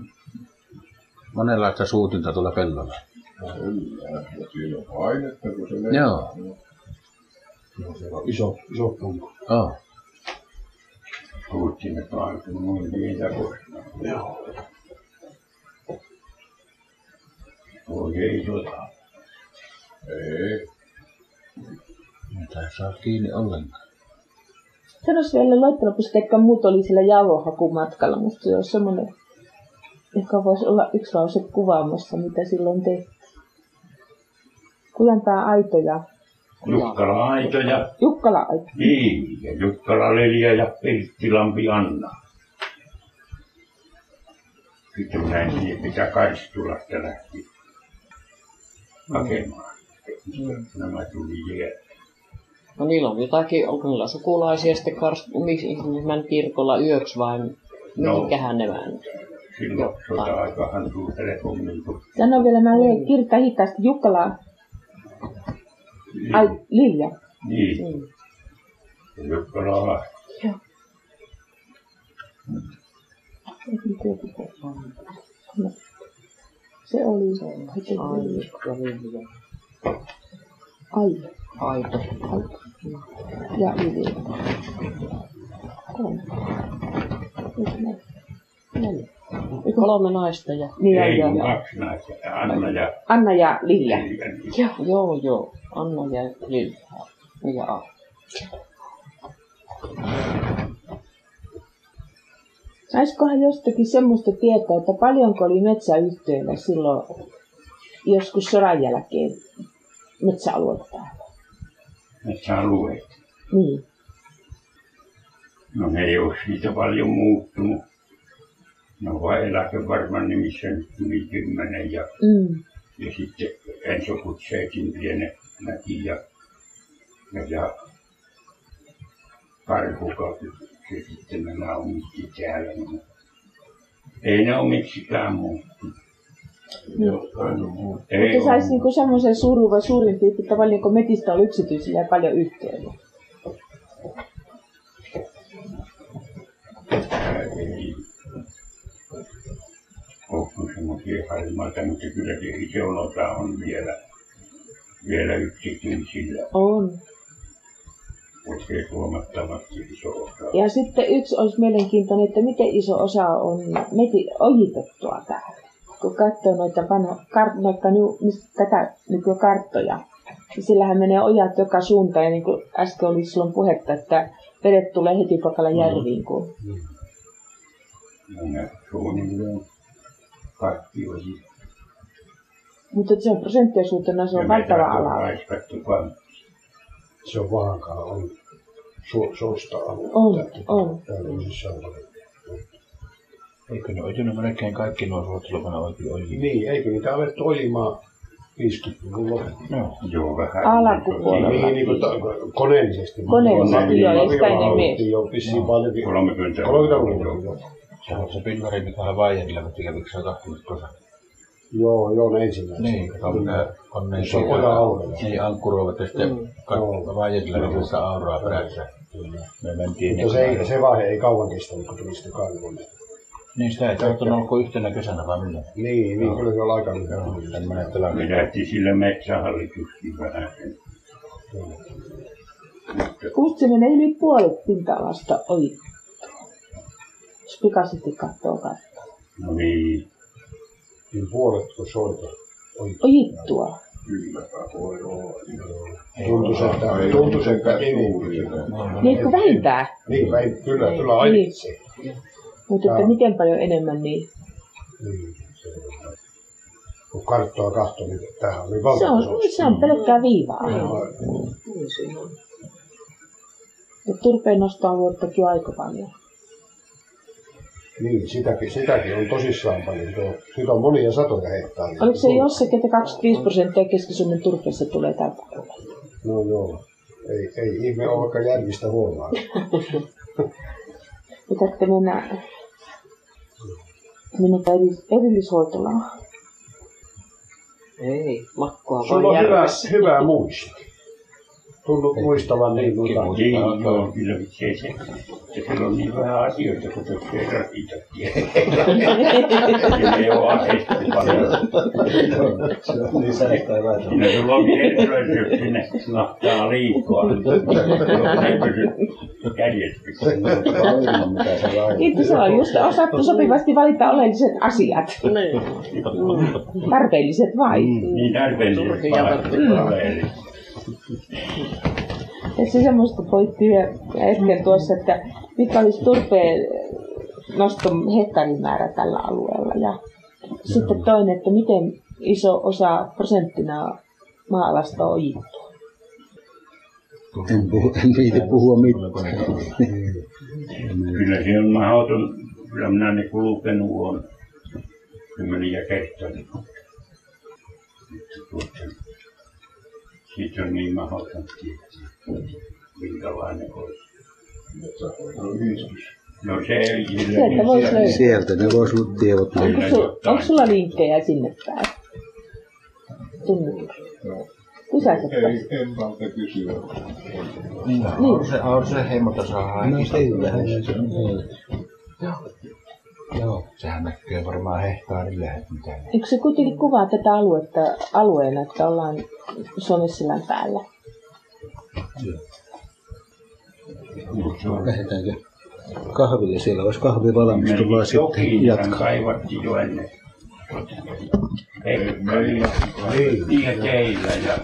S11: monenlaista suutinta tuolla pellolla.
S2: No,
S13: Kyllä. Ja siinä on painetta, kun se menee.
S11: Joo.
S2: No,
S7: Joo, siellä on iso, iso punko.
S11: Oh.
S4: Kuuttimet vaan, kun
S2: no
S4: mulla
S2: niin,
S4: oli niitä kohtaa.
S7: Joo.
S4: Oikein tota.
S13: Ei.
S11: Mitä ei saa kiinni ollenkaan.
S12: Sanois vielä loppujen että muut oli sillä jauhohakumatkalla. Musta se on semmoinen, joka voisi olla yksi lause kuvaamassa, mitä silloin tehtiin. Kujantaa aitoja.
S4: Jukkala Aito ja
S12: Jukkala aitoja.
S4: niin, ja Jukkala Lelia ja Pirttilampi Anna. Sitten minä en tiedä, mitä Karstulasta lähti hakemaan. Nämä tuli vielä.
S5: No niillä on jotakin, onko niillä sukulaisia sitten karst, miksi ihminen kirkolla yöksi vai
S4: No.
S5: mikähän ne vähän.
S4: Silloin sota-aikahan tuli telefonin, kun
S12: Sano vielä, mä
S7: Mm.
S12: luen kirjoita hitaasti. Jukkala ai, Lilja.
S4: niin,
S5: Mm.
S4: ja Jukkala Lahti.
S12: Se oli se. Ai.
S5: Aito.
S12: ja yli. Kolme. Yksi, neljä. Neljä. Yksi, kolme.
S5: Kolme naista ja...
S12: Niin, joo,
S4: Ei,
S12: joo,
S4: kun
S12: joo.
S4: kaksi naista, Anna ja niin
S12: Anna ja Lilja.
S4: Lelia.
S12: Joo.
S5: Joo, joo. Anna ja Lilja. Ja A.
S12: Saisikohan jostakin semmoista tietoa, että paljonko oli metsäyhtiöillä silloin joskus sodan jälkeen metsäaluetta täällä?
S4: metsäalueet.
S12: Niin.
S4: No ne ei ole siitä paljon muuttunut. No vaan eläke varmaan nimissä nyt yli kymmenen ja,
S12: Mm.
S4: ja sitten Enso Kutseetin pienenäkin ja, ja, ja Karhuka, se sitten nämä omitti täällä. niin Ei ne ole miksikään muuttunut.
S13: Jotain on muuta.
S4: Ei
S12: Mutta
S4: ole
S12: saisi niinku semmoisen suruva suurin piirtein, että paljonko metistä on yksityisillä ja paljon yhtiöillä.
S4: ei ole semmoisia harmaita, mutta kyllä se iso osa on vielä, vielä yksityisillä,
S12: On.
S4: oikein huomattavasti iso osa.
S12: Ja sitten yksi olisi mielenkiintoinen, että miten iso osa on meti ojitettua täällä. Kun katsoo noita vanho, kart, vaikka nu, mis- tätä nykykarttoja, niin sillähän menee ojat joka suuntaan. Ja niin kuin äsken oli silloin puhetta, että vedet tulee heti pakalla järviin. Kun...
S4: Ja ne suunnilleen niin kaikki siis- oli
S12: Mutta se on prosenttiosuutena, se on valtava ala.
S4: raiskattu vaan.
S7: Se on vaankaa, on su, suosta aluetta.
S12: On, on.
S7: Täällä on siis sellainen.
S11: Eikö ne oitunut melkein kaikki nuo ruotsiluvana oikein ojiin?
S7: Niin, eikö niitä alettu olimaan 50-luvulla?
S11: Joo.
S4: Joo, vähän.
S12: Alakupuolella.
S7: Niin, niin kuin ta- koneellisesti.
S12: Koneellisesti,
S4: joo,
S12: ei sitä ennen
S7: Joo, vissiin paljonkin.
S4: 30
S7: 30-luvulla.
S11: No. Se on se pillari, mikä hän vaijerilla veti käviksi on kahtunut tuossa.
S7: Joo, joo, ne ensimmäiset.
S11: Niin, kato mitä on ne
S7: Se on oja aurella.
S11: Niin, ankkuroivat ja sitten
S7: Joo.
S11: vaijerilla veti sitä auraa perässä. Me mentiin
S7: Mutta se, ei,
S11: niin-
S7: se vaihe ei kauan kestänyt, kun tuli sitten karhulle.
S11: Niin sitä ei tarvinnut olla kuin yhtenä kesänä vai millä.
S7: Niin, niin kyllä se on aika lyhyt.
S11: Tämmöinen tilanne.
S4: Me lähti sillä metsähallituskin vähän sen.
S12: Kusti menee yli puolet pinta-alasta ohi. Se pikaisesti katsoo kaikki.
S4: No niin,
S7: Niin puolet kun soita. Oi,
S12: Ojittua.
S13: Kyllä, voi olla.
S7: Tuntui se, että
S13: Ei
S7: tuntui se, että
S13: mitään
S7: kivi.
S13: suuria.
S12: Niin kun vähintään.
S7: Niin, mä en, kyllä, kyllä
S12: Niin.
S7: ainakin.
S12: Mutta että
S7: Joo.
S12: miten paljon enemmän niin.
S7: Niin, se on. Kun karttoa kahtoi, niin tämähän oli
S12: Se
S7: valtaisa.
S12: on, se on pelkkää viivaa.
S1: Niin,
S12: Ja turpeen nostaa vuottakin aika paljon.
S7: Niin, sitäkin, sitäkin on tosissaan paljon. Tuo, siitä on monia satoja hehtaaria.
S12: Oliko se jossakin, että 25 prosenttia keski-Suomen turpeessa tulee tältä alueelta?
S7: No joo. Ei, ei ihme ole vaikka järvistä huomaa.
S12: Mitä te mennä, mennä eri- erillishoitolaan?
S5: Ei, makkoa
S7: Sulla on
S5: vaan
S7: hyvä,
S5: järvessä.
S7: hyvä muisti. Tuntuu muistavan niin noita.
S4: niin joo, kyllä se se. Ja sillä on niin vähän asioita, kun se ei rasita tietää. Sillä ei ole aseista paljon.
S11: Niin säästää vähän.
S4: Siinä sulla on kiertoisuus sinne nahtaa liikaa. Ei pysy kädet pystyssä.
S12: Itse se on just osattu sopivasti valita oleelliset asiat.
S5: Niin.
S7: Mm.
S12: Tarpeelliset vai?
S4: Niin tarpeellisesti
S5: Turhia
S4: parasta palvelee.
S12: Ja se semmoista pointti vielä äsken tuossa, että mikä olisi turpeen noston hehtaarin määrä tällä alueella. Ja sitten toinen, että miten iso osa prosenttina maa-alasta on ojittu.
S2: En, puhu, en viiti puhua mitään.
S4: Kyllä se on mahdoton. Kyllä minä ne kulkenut on kymmeniä kertaa. Nyt se tuota, Siitä on niin mahdoton tietää, minkälainen olisi. No se ei
S12: Sieltä voisi löytää.
S7: niin
S2: Sieltä ne vois olla tiedot.
S12: Onko, su, onko sulla linkkejä sinne päin? Tunnuta. Pysäytä
S13: Ei, ennalta kysyä.
S11: Niin, Aurse, Aurse heimolta saadaan
S2: No
S11: äkistä
S2: sillähän
S11: ylös.
S2: se on.
S11: Joo, sehän näkyy varmaan hehtaarille, että mitä ne-
S12: Eikö se kuitenkin kuvaa tätä aluetta alueena, että ollaan Suomessilän päällä?
S2: Lähdetäänkö kahville? Siellä olisi kahvi valmis. Tullaan sitten
S4: Jokin
S2: jatkaa.
S4: kaivattiin jo ennen. Pekka
S13: Meillä.
S4: oli ja teillä ja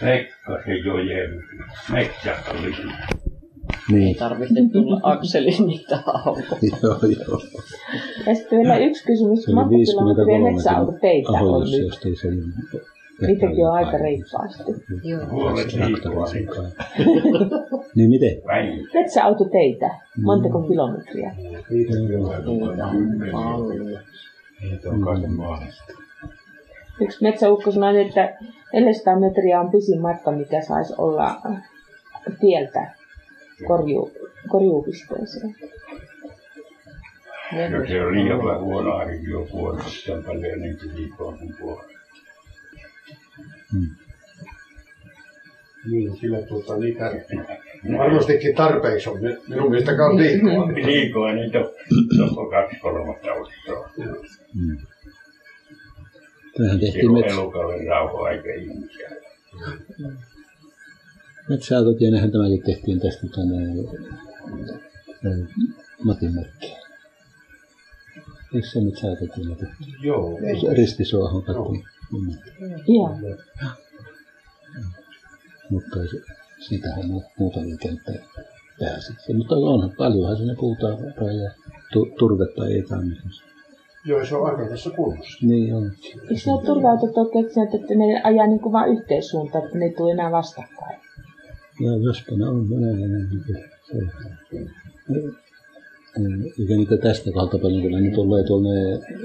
S4: Pekka se jojen metsähallitus.
S5: Ei
S2: Niin.
S5: tarvitse tulla akselin mitään aukoa.
S2: Joo, joo.
S12: Ja sitten vielä yksi kysymys,
S2: Se oli
S12: monta
S2: 53
S12: kilometriä metsäautoteitä on
S2: ahoissa,
S12: nyt?
S2: jos ei se...
S12: Niitäkin on aika reippaasti.
S4: Huolet liikkuvat.
S2: Traktorin kanssa. niin miten?
S4: Väin.
S12: Metsäautoteitä, montako kilometriä?
S7: Niin,
S11: niitä on kaiken maan.
S12: Yksi metsäukko sanoi, että 400 metriä on pisin matka, mikä saisi olla tieltä korju, korjuupisteeseen.
S7: niin,
S4: No se oli joka huono arvio vuodessa paljon niin kuin viikkoa kuin puolella.
S7: Niin, kyllä tuota, niitä varmastikin tarpeeksi on. Minun mielestä kai on liikaa.
S4: Liikoa niitä on joko niin kaksi kolmatta ostoa.
S2: Tähän
S7: Siis
S4: Se
S2: tehtiin
S4: on
S2: metsä,
S4: elukalle rauha aika ihmisiä.
S2: metsäautot ja nehän tämäkin tehtiin tästä tänne ö, Matin merkkiä. Eikö se metsäautot ja tehty?
S7: Joo.
S2: Ristisuohon katsomaan. Mm.
S12: Joo.
S2: Mutta se- siitähän on muuta liikennettä pääsiksi. Mutta onhan paljonhan siinä puutarhaa ja tu- turvetta ei tarvitse.
S7: Joo, se on aika tässä kunnossa.
S2: Niin on.
S12: Eikö ne turvautot ole keksineet, että ne ajaa niin kuin vaan yhteen suuntaan, että ne ei tule enää vastakkain?
S2: Ja jospa ne on venäläinen. niin kyllä se on. Mm, Eikä niitä tästä kautta paljon, kyllä ne tulee tuonne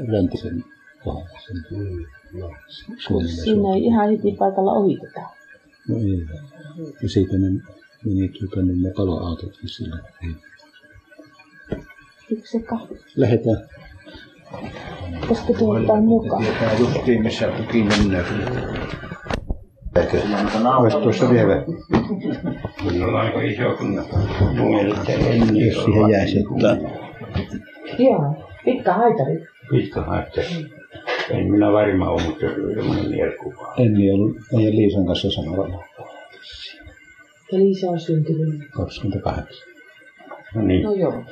S2: läntisen kohdalla. sen Suomen ja
S12: Siinä ei
S2: Suomen.
S12: ihan heti paikalla ohiteta.
S2: No ei. Ja siitä ne meni tuota, niin ne paloautot sillä.
S12: Yksi kahvi.
S2: Lähetään.
S12: Koska tuottaa mukaan.
S11: Tietää justiin missä kukin mennään.
S2: Eikö? Olisi tuossa vielä,
S4: Kyllä on aika iso kunna. Mun mielestä ei niin
S2: jos siihen jäisi ottaa.
S1: Joo, pitkä haitari.
S4: Mistä haette? En minä varma ole, mutta se on semmoinen mielikuva.
S2: Enni on meidän Liisan kanssa samalla
S1: Ja Liisa on syntynyt.
S2: 28.
S4: No niin,
S5: No joo.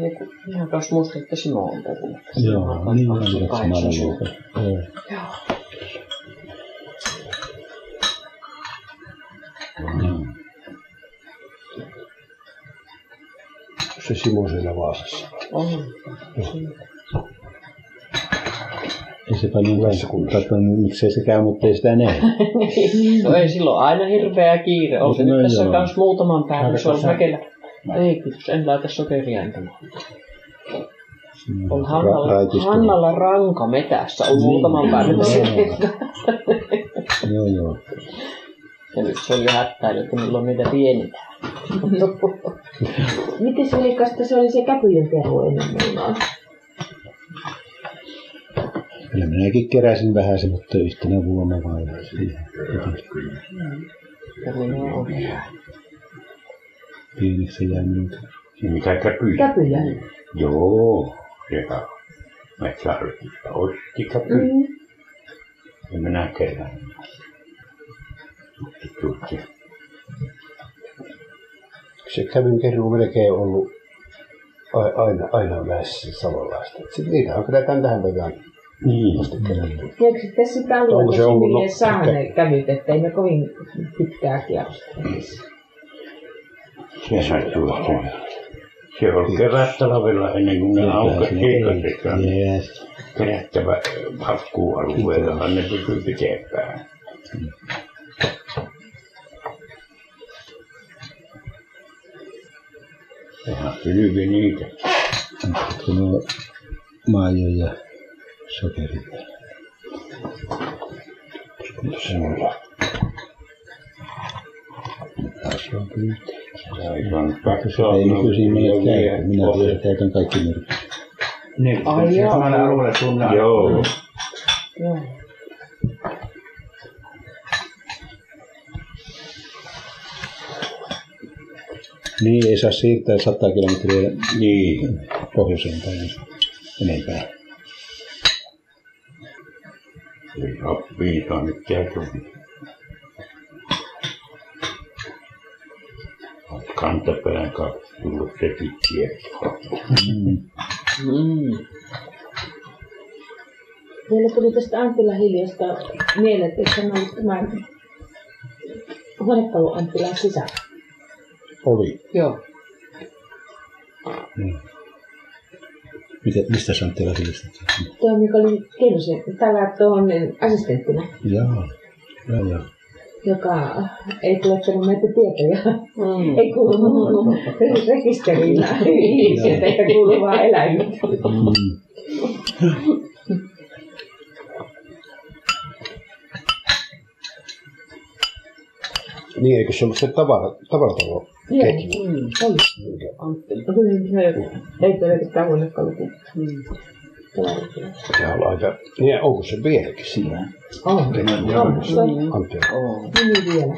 S5: Ei kun Minä taas muistan, että Simo on puhunut.
S2: Joo, niin on se samalla luokalla. Joo.
S7: Se Simo siellä Vaasassa.
S5: On.
S2: Ei se paljon kanssa tai miksei se käy, mutta ei sitä näe.
S5: No ei silloin aina hirveä kiire. On se
S2: No
S5: nyt tässä
S2: joo.
S5: kans muutaman päivän. Se on
S11: Laitako sä-
S5: mäkelä. Ei kiitos, en laita sokeria enkä muuta. On Hannalla,
S2: Ra- Niin. raitistunut.
S5: Hannalla ranka metässä. On muutaman päivän.
S2: Joo, joo.
S5: Ja nyt se oli hättäily, että milloin niitä pienitään.
S1: Miten se veikkaista se oli se käpyjen keru ennen meinaa?
S2: Kyllä minäkin keräsin vähän se, mutta yhtenä vuonna vain.
S5: Ja minä olen.
S2: Pieneksi jää minulta.
S4: mitä käpyjä?
S1: Käpyjä.
S4: Joo, joka metsähallitus osti käpyjä.
S1: Mm.
S4: Ja minä kerran. Mutta tuotti.
S7: Se kävin kerran melkein ollut a- aina, aina väessä samanlaista. Sitten niitä on kyllä tämän tähän päivään
S4: Niin,
S7: asti
S2: Mm.
S7: kerätty.
S1: Eikö se tässä sitä
S7: Onko
S1: alueella
S7: se ollut
S1: Sibirien
S7: no-
S1: saa ne kävyt, ettei ne kovin pitkää kierrosta?
S4: sehän tuotti. Se oli kevät talvella ennen kuin ne aukasi hiekkasekaan.
S2: niin. Jees.
S4: kerättävä hakkuualueella ne pysyy pitempään. Sehän kylvi niitä.
S2: Kun on maajo ja sokeri. Taisi on kyllä.
S4: Aivan
S2: Se ei nykyisin menet käy, kun minä
S4: paksoa.
S2: tiedän, käytän kaikki merkit.
S11: Niin,
S5: Ai
S11: se
S5: jaa.
S11: samalla alueella suunnalla.
S4: Joo,
S5: Joo.
S2: Niin, ei saa siirtää 100 kilometriä
S4: niin.
S2: pohjoiseen päin niin enempää.
S4: Ei saa viisaa nyt kerran. Kantapään kautta tullut sekin tietoa.
S5: Mm.
S1: Meillä tuli tästä Anttila hiljasta mieleen, että eikö tämä ollut tämä huonekalu Anttilan sisä.
S2: Oli.
S5: Joo.
S2: Mitä, mistä sä Antti Lasilista?
S1: Tuo, mikä oli Kennosen, täällä tuon assistenttina,
S2: Jaa. Joo, joo.
S1: joka ei tuottanut näitä tietoja.
S5: Mm.
S1: Ei kuulu muuhun rekisteriin ihmiset, eikä kuulu vaan eläimet.
S2: Mm.
S7: Niin, eikö se ollut se tavara, tavaratalo?
S1: Joo,
S5: Mm.
S1: oli.
S5: Antti.
S1: No Kyllä, se ei todella tämä huonekalu kuin
S5: Mm.
S7: Sehän on aika... Niin, onko se vieläkin siinä?
S1: on. On, se on
S5: Mm.
S7: Antti,
S5: On.
S1: nimi vielä.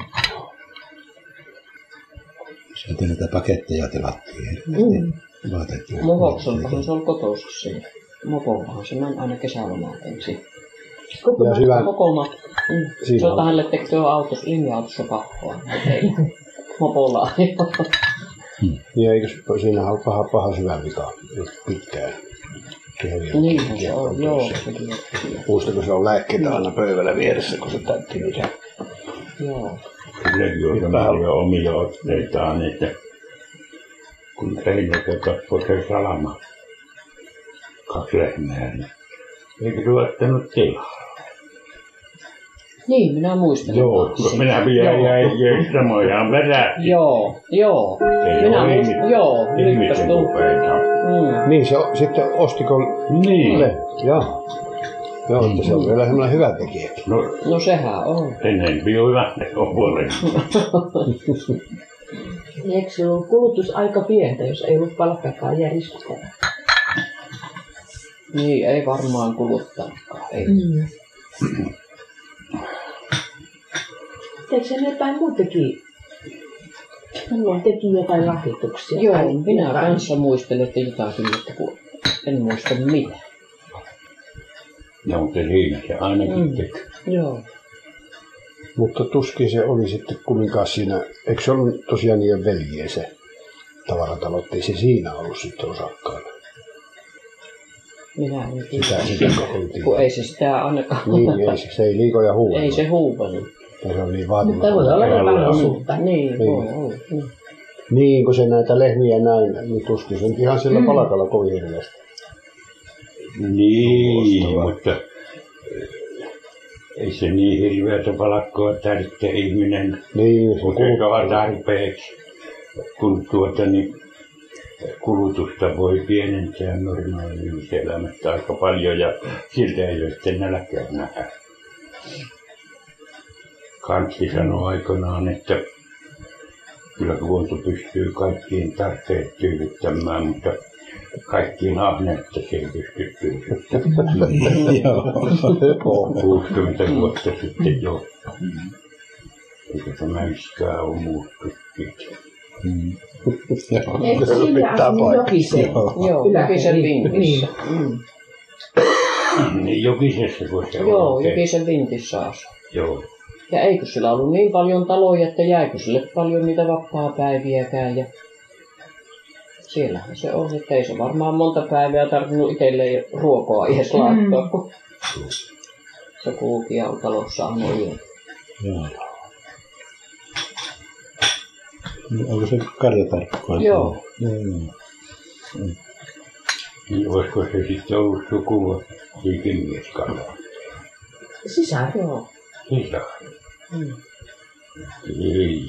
S2: Sieltä näitä paketteja tilattiin.
S1: Mm.
S2: Vaatettiin.
S5: Mohokseltahan se oli kotoisin siinä. Mopollahan se meni aina kesälomaan ensin.
S1: Koko
S7: Ja
S1: matka.
S7: hyvä.
S5: Koko matka. Mm.
S2: Niin.
S7: Siinä
S5: Se on
S7: on.
S5: tähän tekkö autossa, linja-autossa pakkoa. Ei. Mopolla ajaa.
S7: Niin, eikö se- siinä ole paha, paha syvä vika nyt pitkään? Kehriä-
S5: Niinhän se
S7: kehriä
S5: on,
S7: on
S5: Niin, joo.
S7: tuossa.
S5: sekin on.
S7: Muista, kun se on lääkkeitä aina pöydällä vieressä, kun se täytti niitä.
S5: Joo.
S4: Silläkin on semmoisia omia otteitaan, että kun seinältä katsoi se salama, kaksi lehmää, niin eikö se ottanut tilaa?
S5: Niin, minä muistan.
S4: Joo, kun minä vielä jäin jäin samojaan perään.
S5: Joo, joo.
S4: Ei
S5: Minä
S4: ole
S5: muistan, joo.
S4: ihmi-
S5: Nyt tässä
S4: ihmisen
S5: tuntuu.
S4: kupeita.
S5: Mm.
S7: Niin, se on, sitten ostiko
S4: Niin,
S7: Le- Joo. Joo, että se on vielä semmoinen hyvä tekijä.
S4: no
S5: No sehän on.
S4: enempi on lähtenyt huolen.
S1: Eikö se ollut kulutusaika pientä, jos ei ollut palkkakaan järjestettävä?
S5: Niin, ei varmaan kuluttanutkaan. Ei.
S1: Mm. Teikö sen jotain muutakin? Haluan teki jotain lahjoituksia. tai
S5: Joo, minä
S1: jotain.
S5: kanssa muistelen, että jotakin, mutta kun en muista mitä.
S4: No, mutta siinä se ainakin
S5: Mm.
S4: mm. teki.
S5: Joo.
S7: Mutta tuskin se oli sitten kuitenkaan siinä, eikö se ollut tosiaan niiden veljeä se tavaratalo, ettei se siinä ollut sitten osakkaana.
S5: Minä en
S7: Sitä
S5: tiedä.
S7: sitä kun oltiin.
S5: Kun ei se sitä ainakaan.
S7: Niin, ei se, se ei liikoja huuella.
S5: Ei se huupanut.
S7: se on niin
S1: Mutta voi olla
S7: vaatimaton.
S1: jotain osuutta.
S5: Niin,
S7: Niin.
S5: voi olla. Niin.
S7: Niin, kun se näitä lehmiä näin, niin tuskin se nyt ihan sillä palkalla kovin hirveästi.
S4: Niin,
S7: Loistavaa.
S4: mutta äh, ei se niin hirveätä palakkoa tarvitse ihminen,
S7: Niin, se
S4: mutta se
S7: kuluttaa.
S4: on tarpeeksi, kun tuota niin kulutusta voi pienentää normaalissa elämässä aika paljon ja siltä ei ole sitten nälkää nähdä. Kantti sanoi aikanaan, että kyllä luonto pystyy kaikkiin tarpeet tyydyttämään, mutta kaikkiin ahneutta se ei pysty tyydyttämään. Joo. 60 vuotta sitten jo. Eikä tämä yskää ole muuttunut.
S1: Eikö sillä asunut jokisen?
S5: Joo,
S1: Kyllä,
S5: Jokisen
S1: niin,
S5: vintissä. Mm.
S4: Niin jokisessa kun se
S5: Joo,
S4: on. se-
S5: Jokisen vintissä asui.
S4: Joo.
S5: Ja eikö sillä ollut niin paljon taloja, että jäikö sille paljon niitä vapaa-päiviäkään. Ja siellähän se on, että ei se varmaan monta päivää tarvinnut itselleen ruokaa edes laittaa, mm. kun se kulki ja talossa aina yö.
S2: Joo. Onko se karjatarkku? vai?
S5: Joo.
S2: Joo, joo. Hum.
S4: Niin olisiko se sitten ollut sukua liikemieskalla?
S1: Sisar.
S5: Joo.
S4: Sisä.
S5: Mm.
S4: Ei.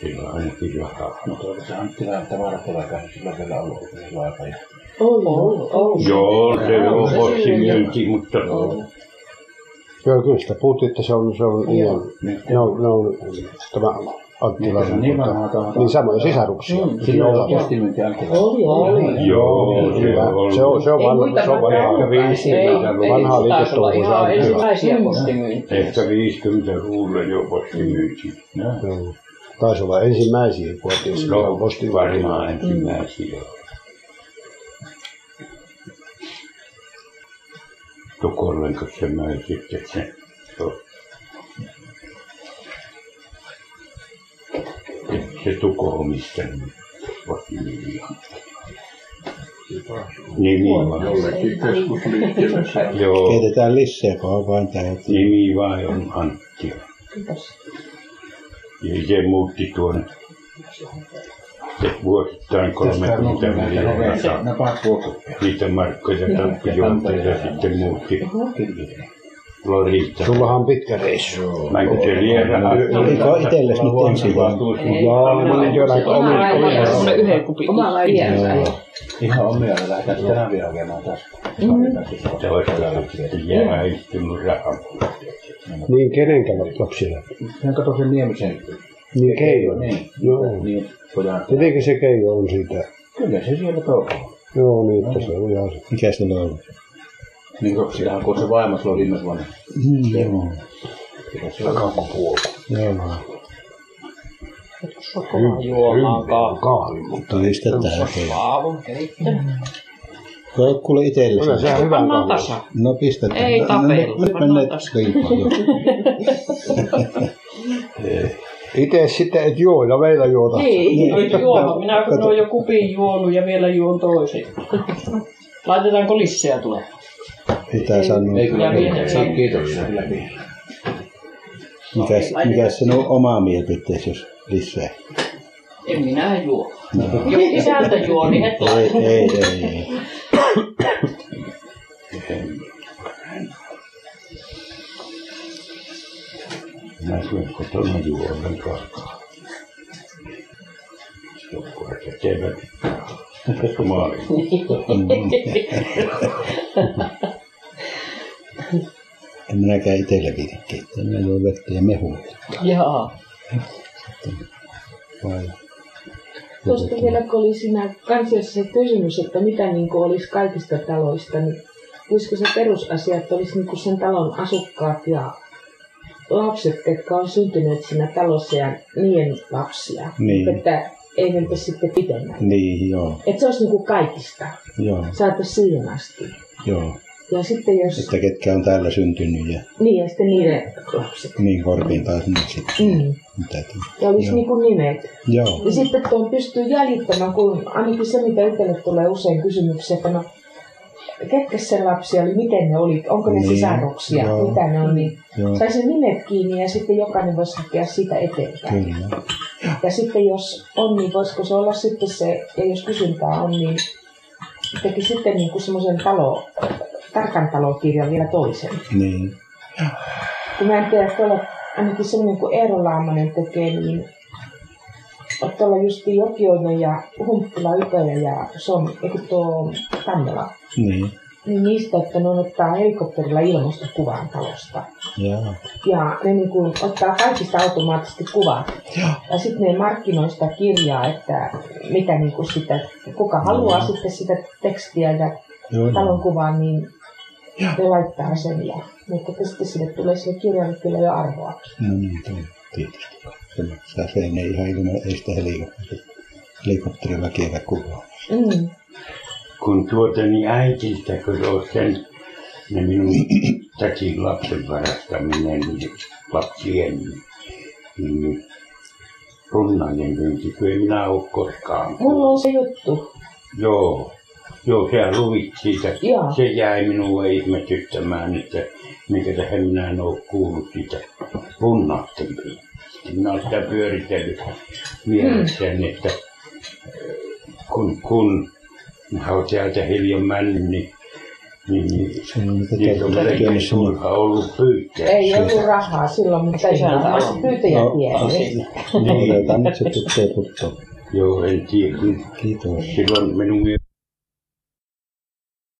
S4: Sillä on ainakin rahaa.
S11: Mutta oliko se Anttilan tavaratelakaan sillä vielä ollut sillä aikaa? ja-
S5: Ollut, ollut.
S4: Joo, se
S5: Joo,
S4: on
S5: se
S4: possimyynti, mutta
S5: Ollut.
S7: Joo, kyllä sitä puhuttiin, että se on, se on,
S5: Joo.
S7: ihan- ne on, ne on tämä Anttila.
S11: Niin, se on niin vanhaa
S7: Niin,
S11: tavaraa.
S7: niin samoja sisaruksia.
S5: Mm.
S11: Sillä Niin,
S7: Joo.
S11: oli postimyynti Anttilalla.
S5: Oli, oli.
S4: joo, se
S7: Kyllä.
S4: on ollut.
S7: Se on, se on
S5: Ei
S7: vanha.
S5: muita
S7: Se on vanha.
S5: vanhaa. Ei, ei,
S7: Vanhaa
S5: se taisi olla
S7: liiketoimintaa.
S5: ihan ensimmäisiä postimyyntiä.
S4: Ehkä 50-luvulla jo postimyynti.
S7: Joo. Taisi olla ensimmäisiä kuotiin
S4: No,
S7: silloin
S4: posti varmaan ensimmäisiä. Tukollenko se möi sitten se? joo. Se tuko omistanut postimyyjä. Nimi Niin, vaan.
S13: Jollekin keskusliikkeelle se on
S4: Joo,
S2: Keitetään lisää, kun on vain tämä.
S4: nimi vaan on Antti.
S1: Kiitos.
S4: Ja se muutti tuonne. Se vuosittain
S11: Tästä on
S4: 30 miljoonaa.
S11: näitä
S4: saa.
S11: ne paat vuokupia.
S4: niitä markkoja tappioita ja sitten muutti Florista.
S7: Sullahan on pitkä reissu.
S4: Mä kun se
S2: é
S4: liedä
S2: Oliko No, itsellesi nyt ensin? vai?
S5: Joo,
S7: Niin, jollain
S12: Oma
S7: omilla-
S12: lainia,
S7: omilla-
S12: jos me yhden kupin.
S1: Oma lainia.
S11: Ihan omia me lähdetään tänään vielä hakemaan taas.
S4: Se olisi ollut sitten jäädä istunut rahaa.
S7: Niin, kenenkä lapsilla?
S11: Sen kato sen Niemisen.
S7: Niin, Keijon.
S11: Niin.
S7: Joo.
S11: Niin, pojan.
S7: Tietenkin se Keijo on siitä.
S11: Kyllä se siellä touhuu.
S7: Joo, niin, että se on ihan se.
S2: Mikä sillä on ollut?
S11: Niin kun siellähän kun se vaimo silloin viime vuonna.
S2: Hum, Joo. Joo.
S5: Sokola juomaan kahvaa.
S2: Todista tää.
S5: Paavo, kerittelä.
S2: Kun kuule
S7: Kyllä
S2: itsellesi.
S7: se on hyvä
S12: Pannaan
S7: kahvi.
S12: tasa.
S2: No pistetään.
S12: Ei
S2: No,
S12: tapella.
S2: nyt- Nyt
S12: Pannaan
S2: mennään
S12: taas.
S2: riippaan. joo.
S7: Itse sitten et juo ja meillä Niin, juota.
S5: Ei, ei juoma. Minä kun olen jo kupin juonut ja vielä juon toisen. Laitetaanko lisseä tulee?
S2: Mitä sanoo?
S11: Ei kyllä
S5: Ja
S11: kiitos.
S5: vielä-
S11: Kiitoksia. Kyllä kiitos.
S5: No,
S2: Mikäs,
S7: niin.
S2: mikäs sinun oma mielipiteesi, jos lisää?
S5: En minä juo. Jos isältä juo, niin et
S2: Ei, ei, ei. ei.
S4: Mä syön kotona juu ollenkaan. Joku ehkä tevät. Maali.
S2: En minäkään itselle viitä keittää. Minä juon vettä ja mehua.
S5: Jaa.
S2: Vai.
S12: Tuosta vielä kun oli siinä kansiossa se kysymys, että mitä niin kuin olisi kaikista taloista, niin olisiko se perusasia, että olisi niin kuin sen talon asukkaat ja lapset, jotka on syntyneet siinä talossa ja niiden lapsia.
S2: Niin.
S12: Että ei mentä sitten pidemmälle.
S2: Niin, joo,
S12: Että se olisi niin kuin kaikista.
S2: joo,
S12: Saataisiin siihen asti.
S2: joo.
S12: Ja sitten jos...
S2: Että ketkä on täällä syntynyt ja
S12: Niin, ja sitten niiden lapset.
S2: niin korviin taas nyt sitten.
S12: Mm.
S2: Mitä te-
S12: Ja olisi
S2: Joo.
S12: niin kuin nimet.
S2: Joo,
S12: Ja Niin sitten tuon pystyy jäljittämään, kun ainakin se, mitä itselle tulee usein kysymyksiä, että no, ketkä se lapsi oli, miten ne oli, onko ne
S2: Niin,
S12: sisaruksia,
S2: joo.
S12: mitä ne on, niin
S2: joo,
S12: saisi nimet kiinni ja sitten jokainen voisi hakea sitä eteenpäin.
S2: kyllä.
S12: Ja sitten jos on, niin voisiko se olla sitten se, ja jos kysyntää on, niin teki sitten niin kuin semmoisen talo, tarkan talokirjan vielä toisen.
S2: Niin,
S12: Kun mä en tiedä, tuolla ainakin semmoinen kuin Eero Laamanen tekee, niin on tuolla justi Jokioinen ja Humppila Ypöjä ja Suomi, eikö tuo Tammela.
S2: niin,
S12: Niin niistä, että ne ottaa helikopterilla ilmasta kuvan talosta.
S2: joo,
S12: Ja ne niin kuin ottaa kaikista automaattisesti kuvat.
S2: Joo.
S12: Ja sitten ne markkinoi sitä kirjaa, että mitä niin kuin sitä, kuka
S2: Mm.
S12: haluaa sitten sitä tekstiä ja
S2: joo,
S12: talon
S2: joo.
S12: kuvaan, niin
S2: Joo.
S12: ne laittaa sen. Ja, mutta sitten sille tulee sille kirjalle kyllä jo arvoa.
S2: No niin, tuo, tietysti. Kyllä, sitä se ei ihan ilme, ei sitä helikopterilla, helikopterilla kielä kuvaa.
S12: Mm.
S4: kun tuota niin äitiltä, kun olisi sen, ne minun täkin lapsen varastaminen, niin lapsien, niin, niin runnainen pyynti, kun ei minä ole koskaan.
S12: Mulla on se juttu.
S4: Joo, joo, sä luvit siitä.
S12: Joo.
S4: Se jäi minua ihmetyttämään, että minkä tähän minä en ole kuullut sitä runnasten pyöristä. Minä olen sitä pyöritellyt mielessäni,
S12: Hmm.
S4: että eh, kun, kun minä olen täältä hiljaa mennyt, niin, niin, niin
S2: Se on mitä
S4: niin se on
S2: tarkoittaa,
S4: melkein turha ollut pyytää.
S12: Ei
S2: Siis-
S12: ollut rahaa silloin, mutta ei
S1: Isäntä
S12: varmasti
S1: on.
S12: pyytäjä tiedä.
S2: Niin, otetaan nyt se tuttee putto.
S4: Joo, en tiedä.
S2: Kiitos.
S4: Silloin minun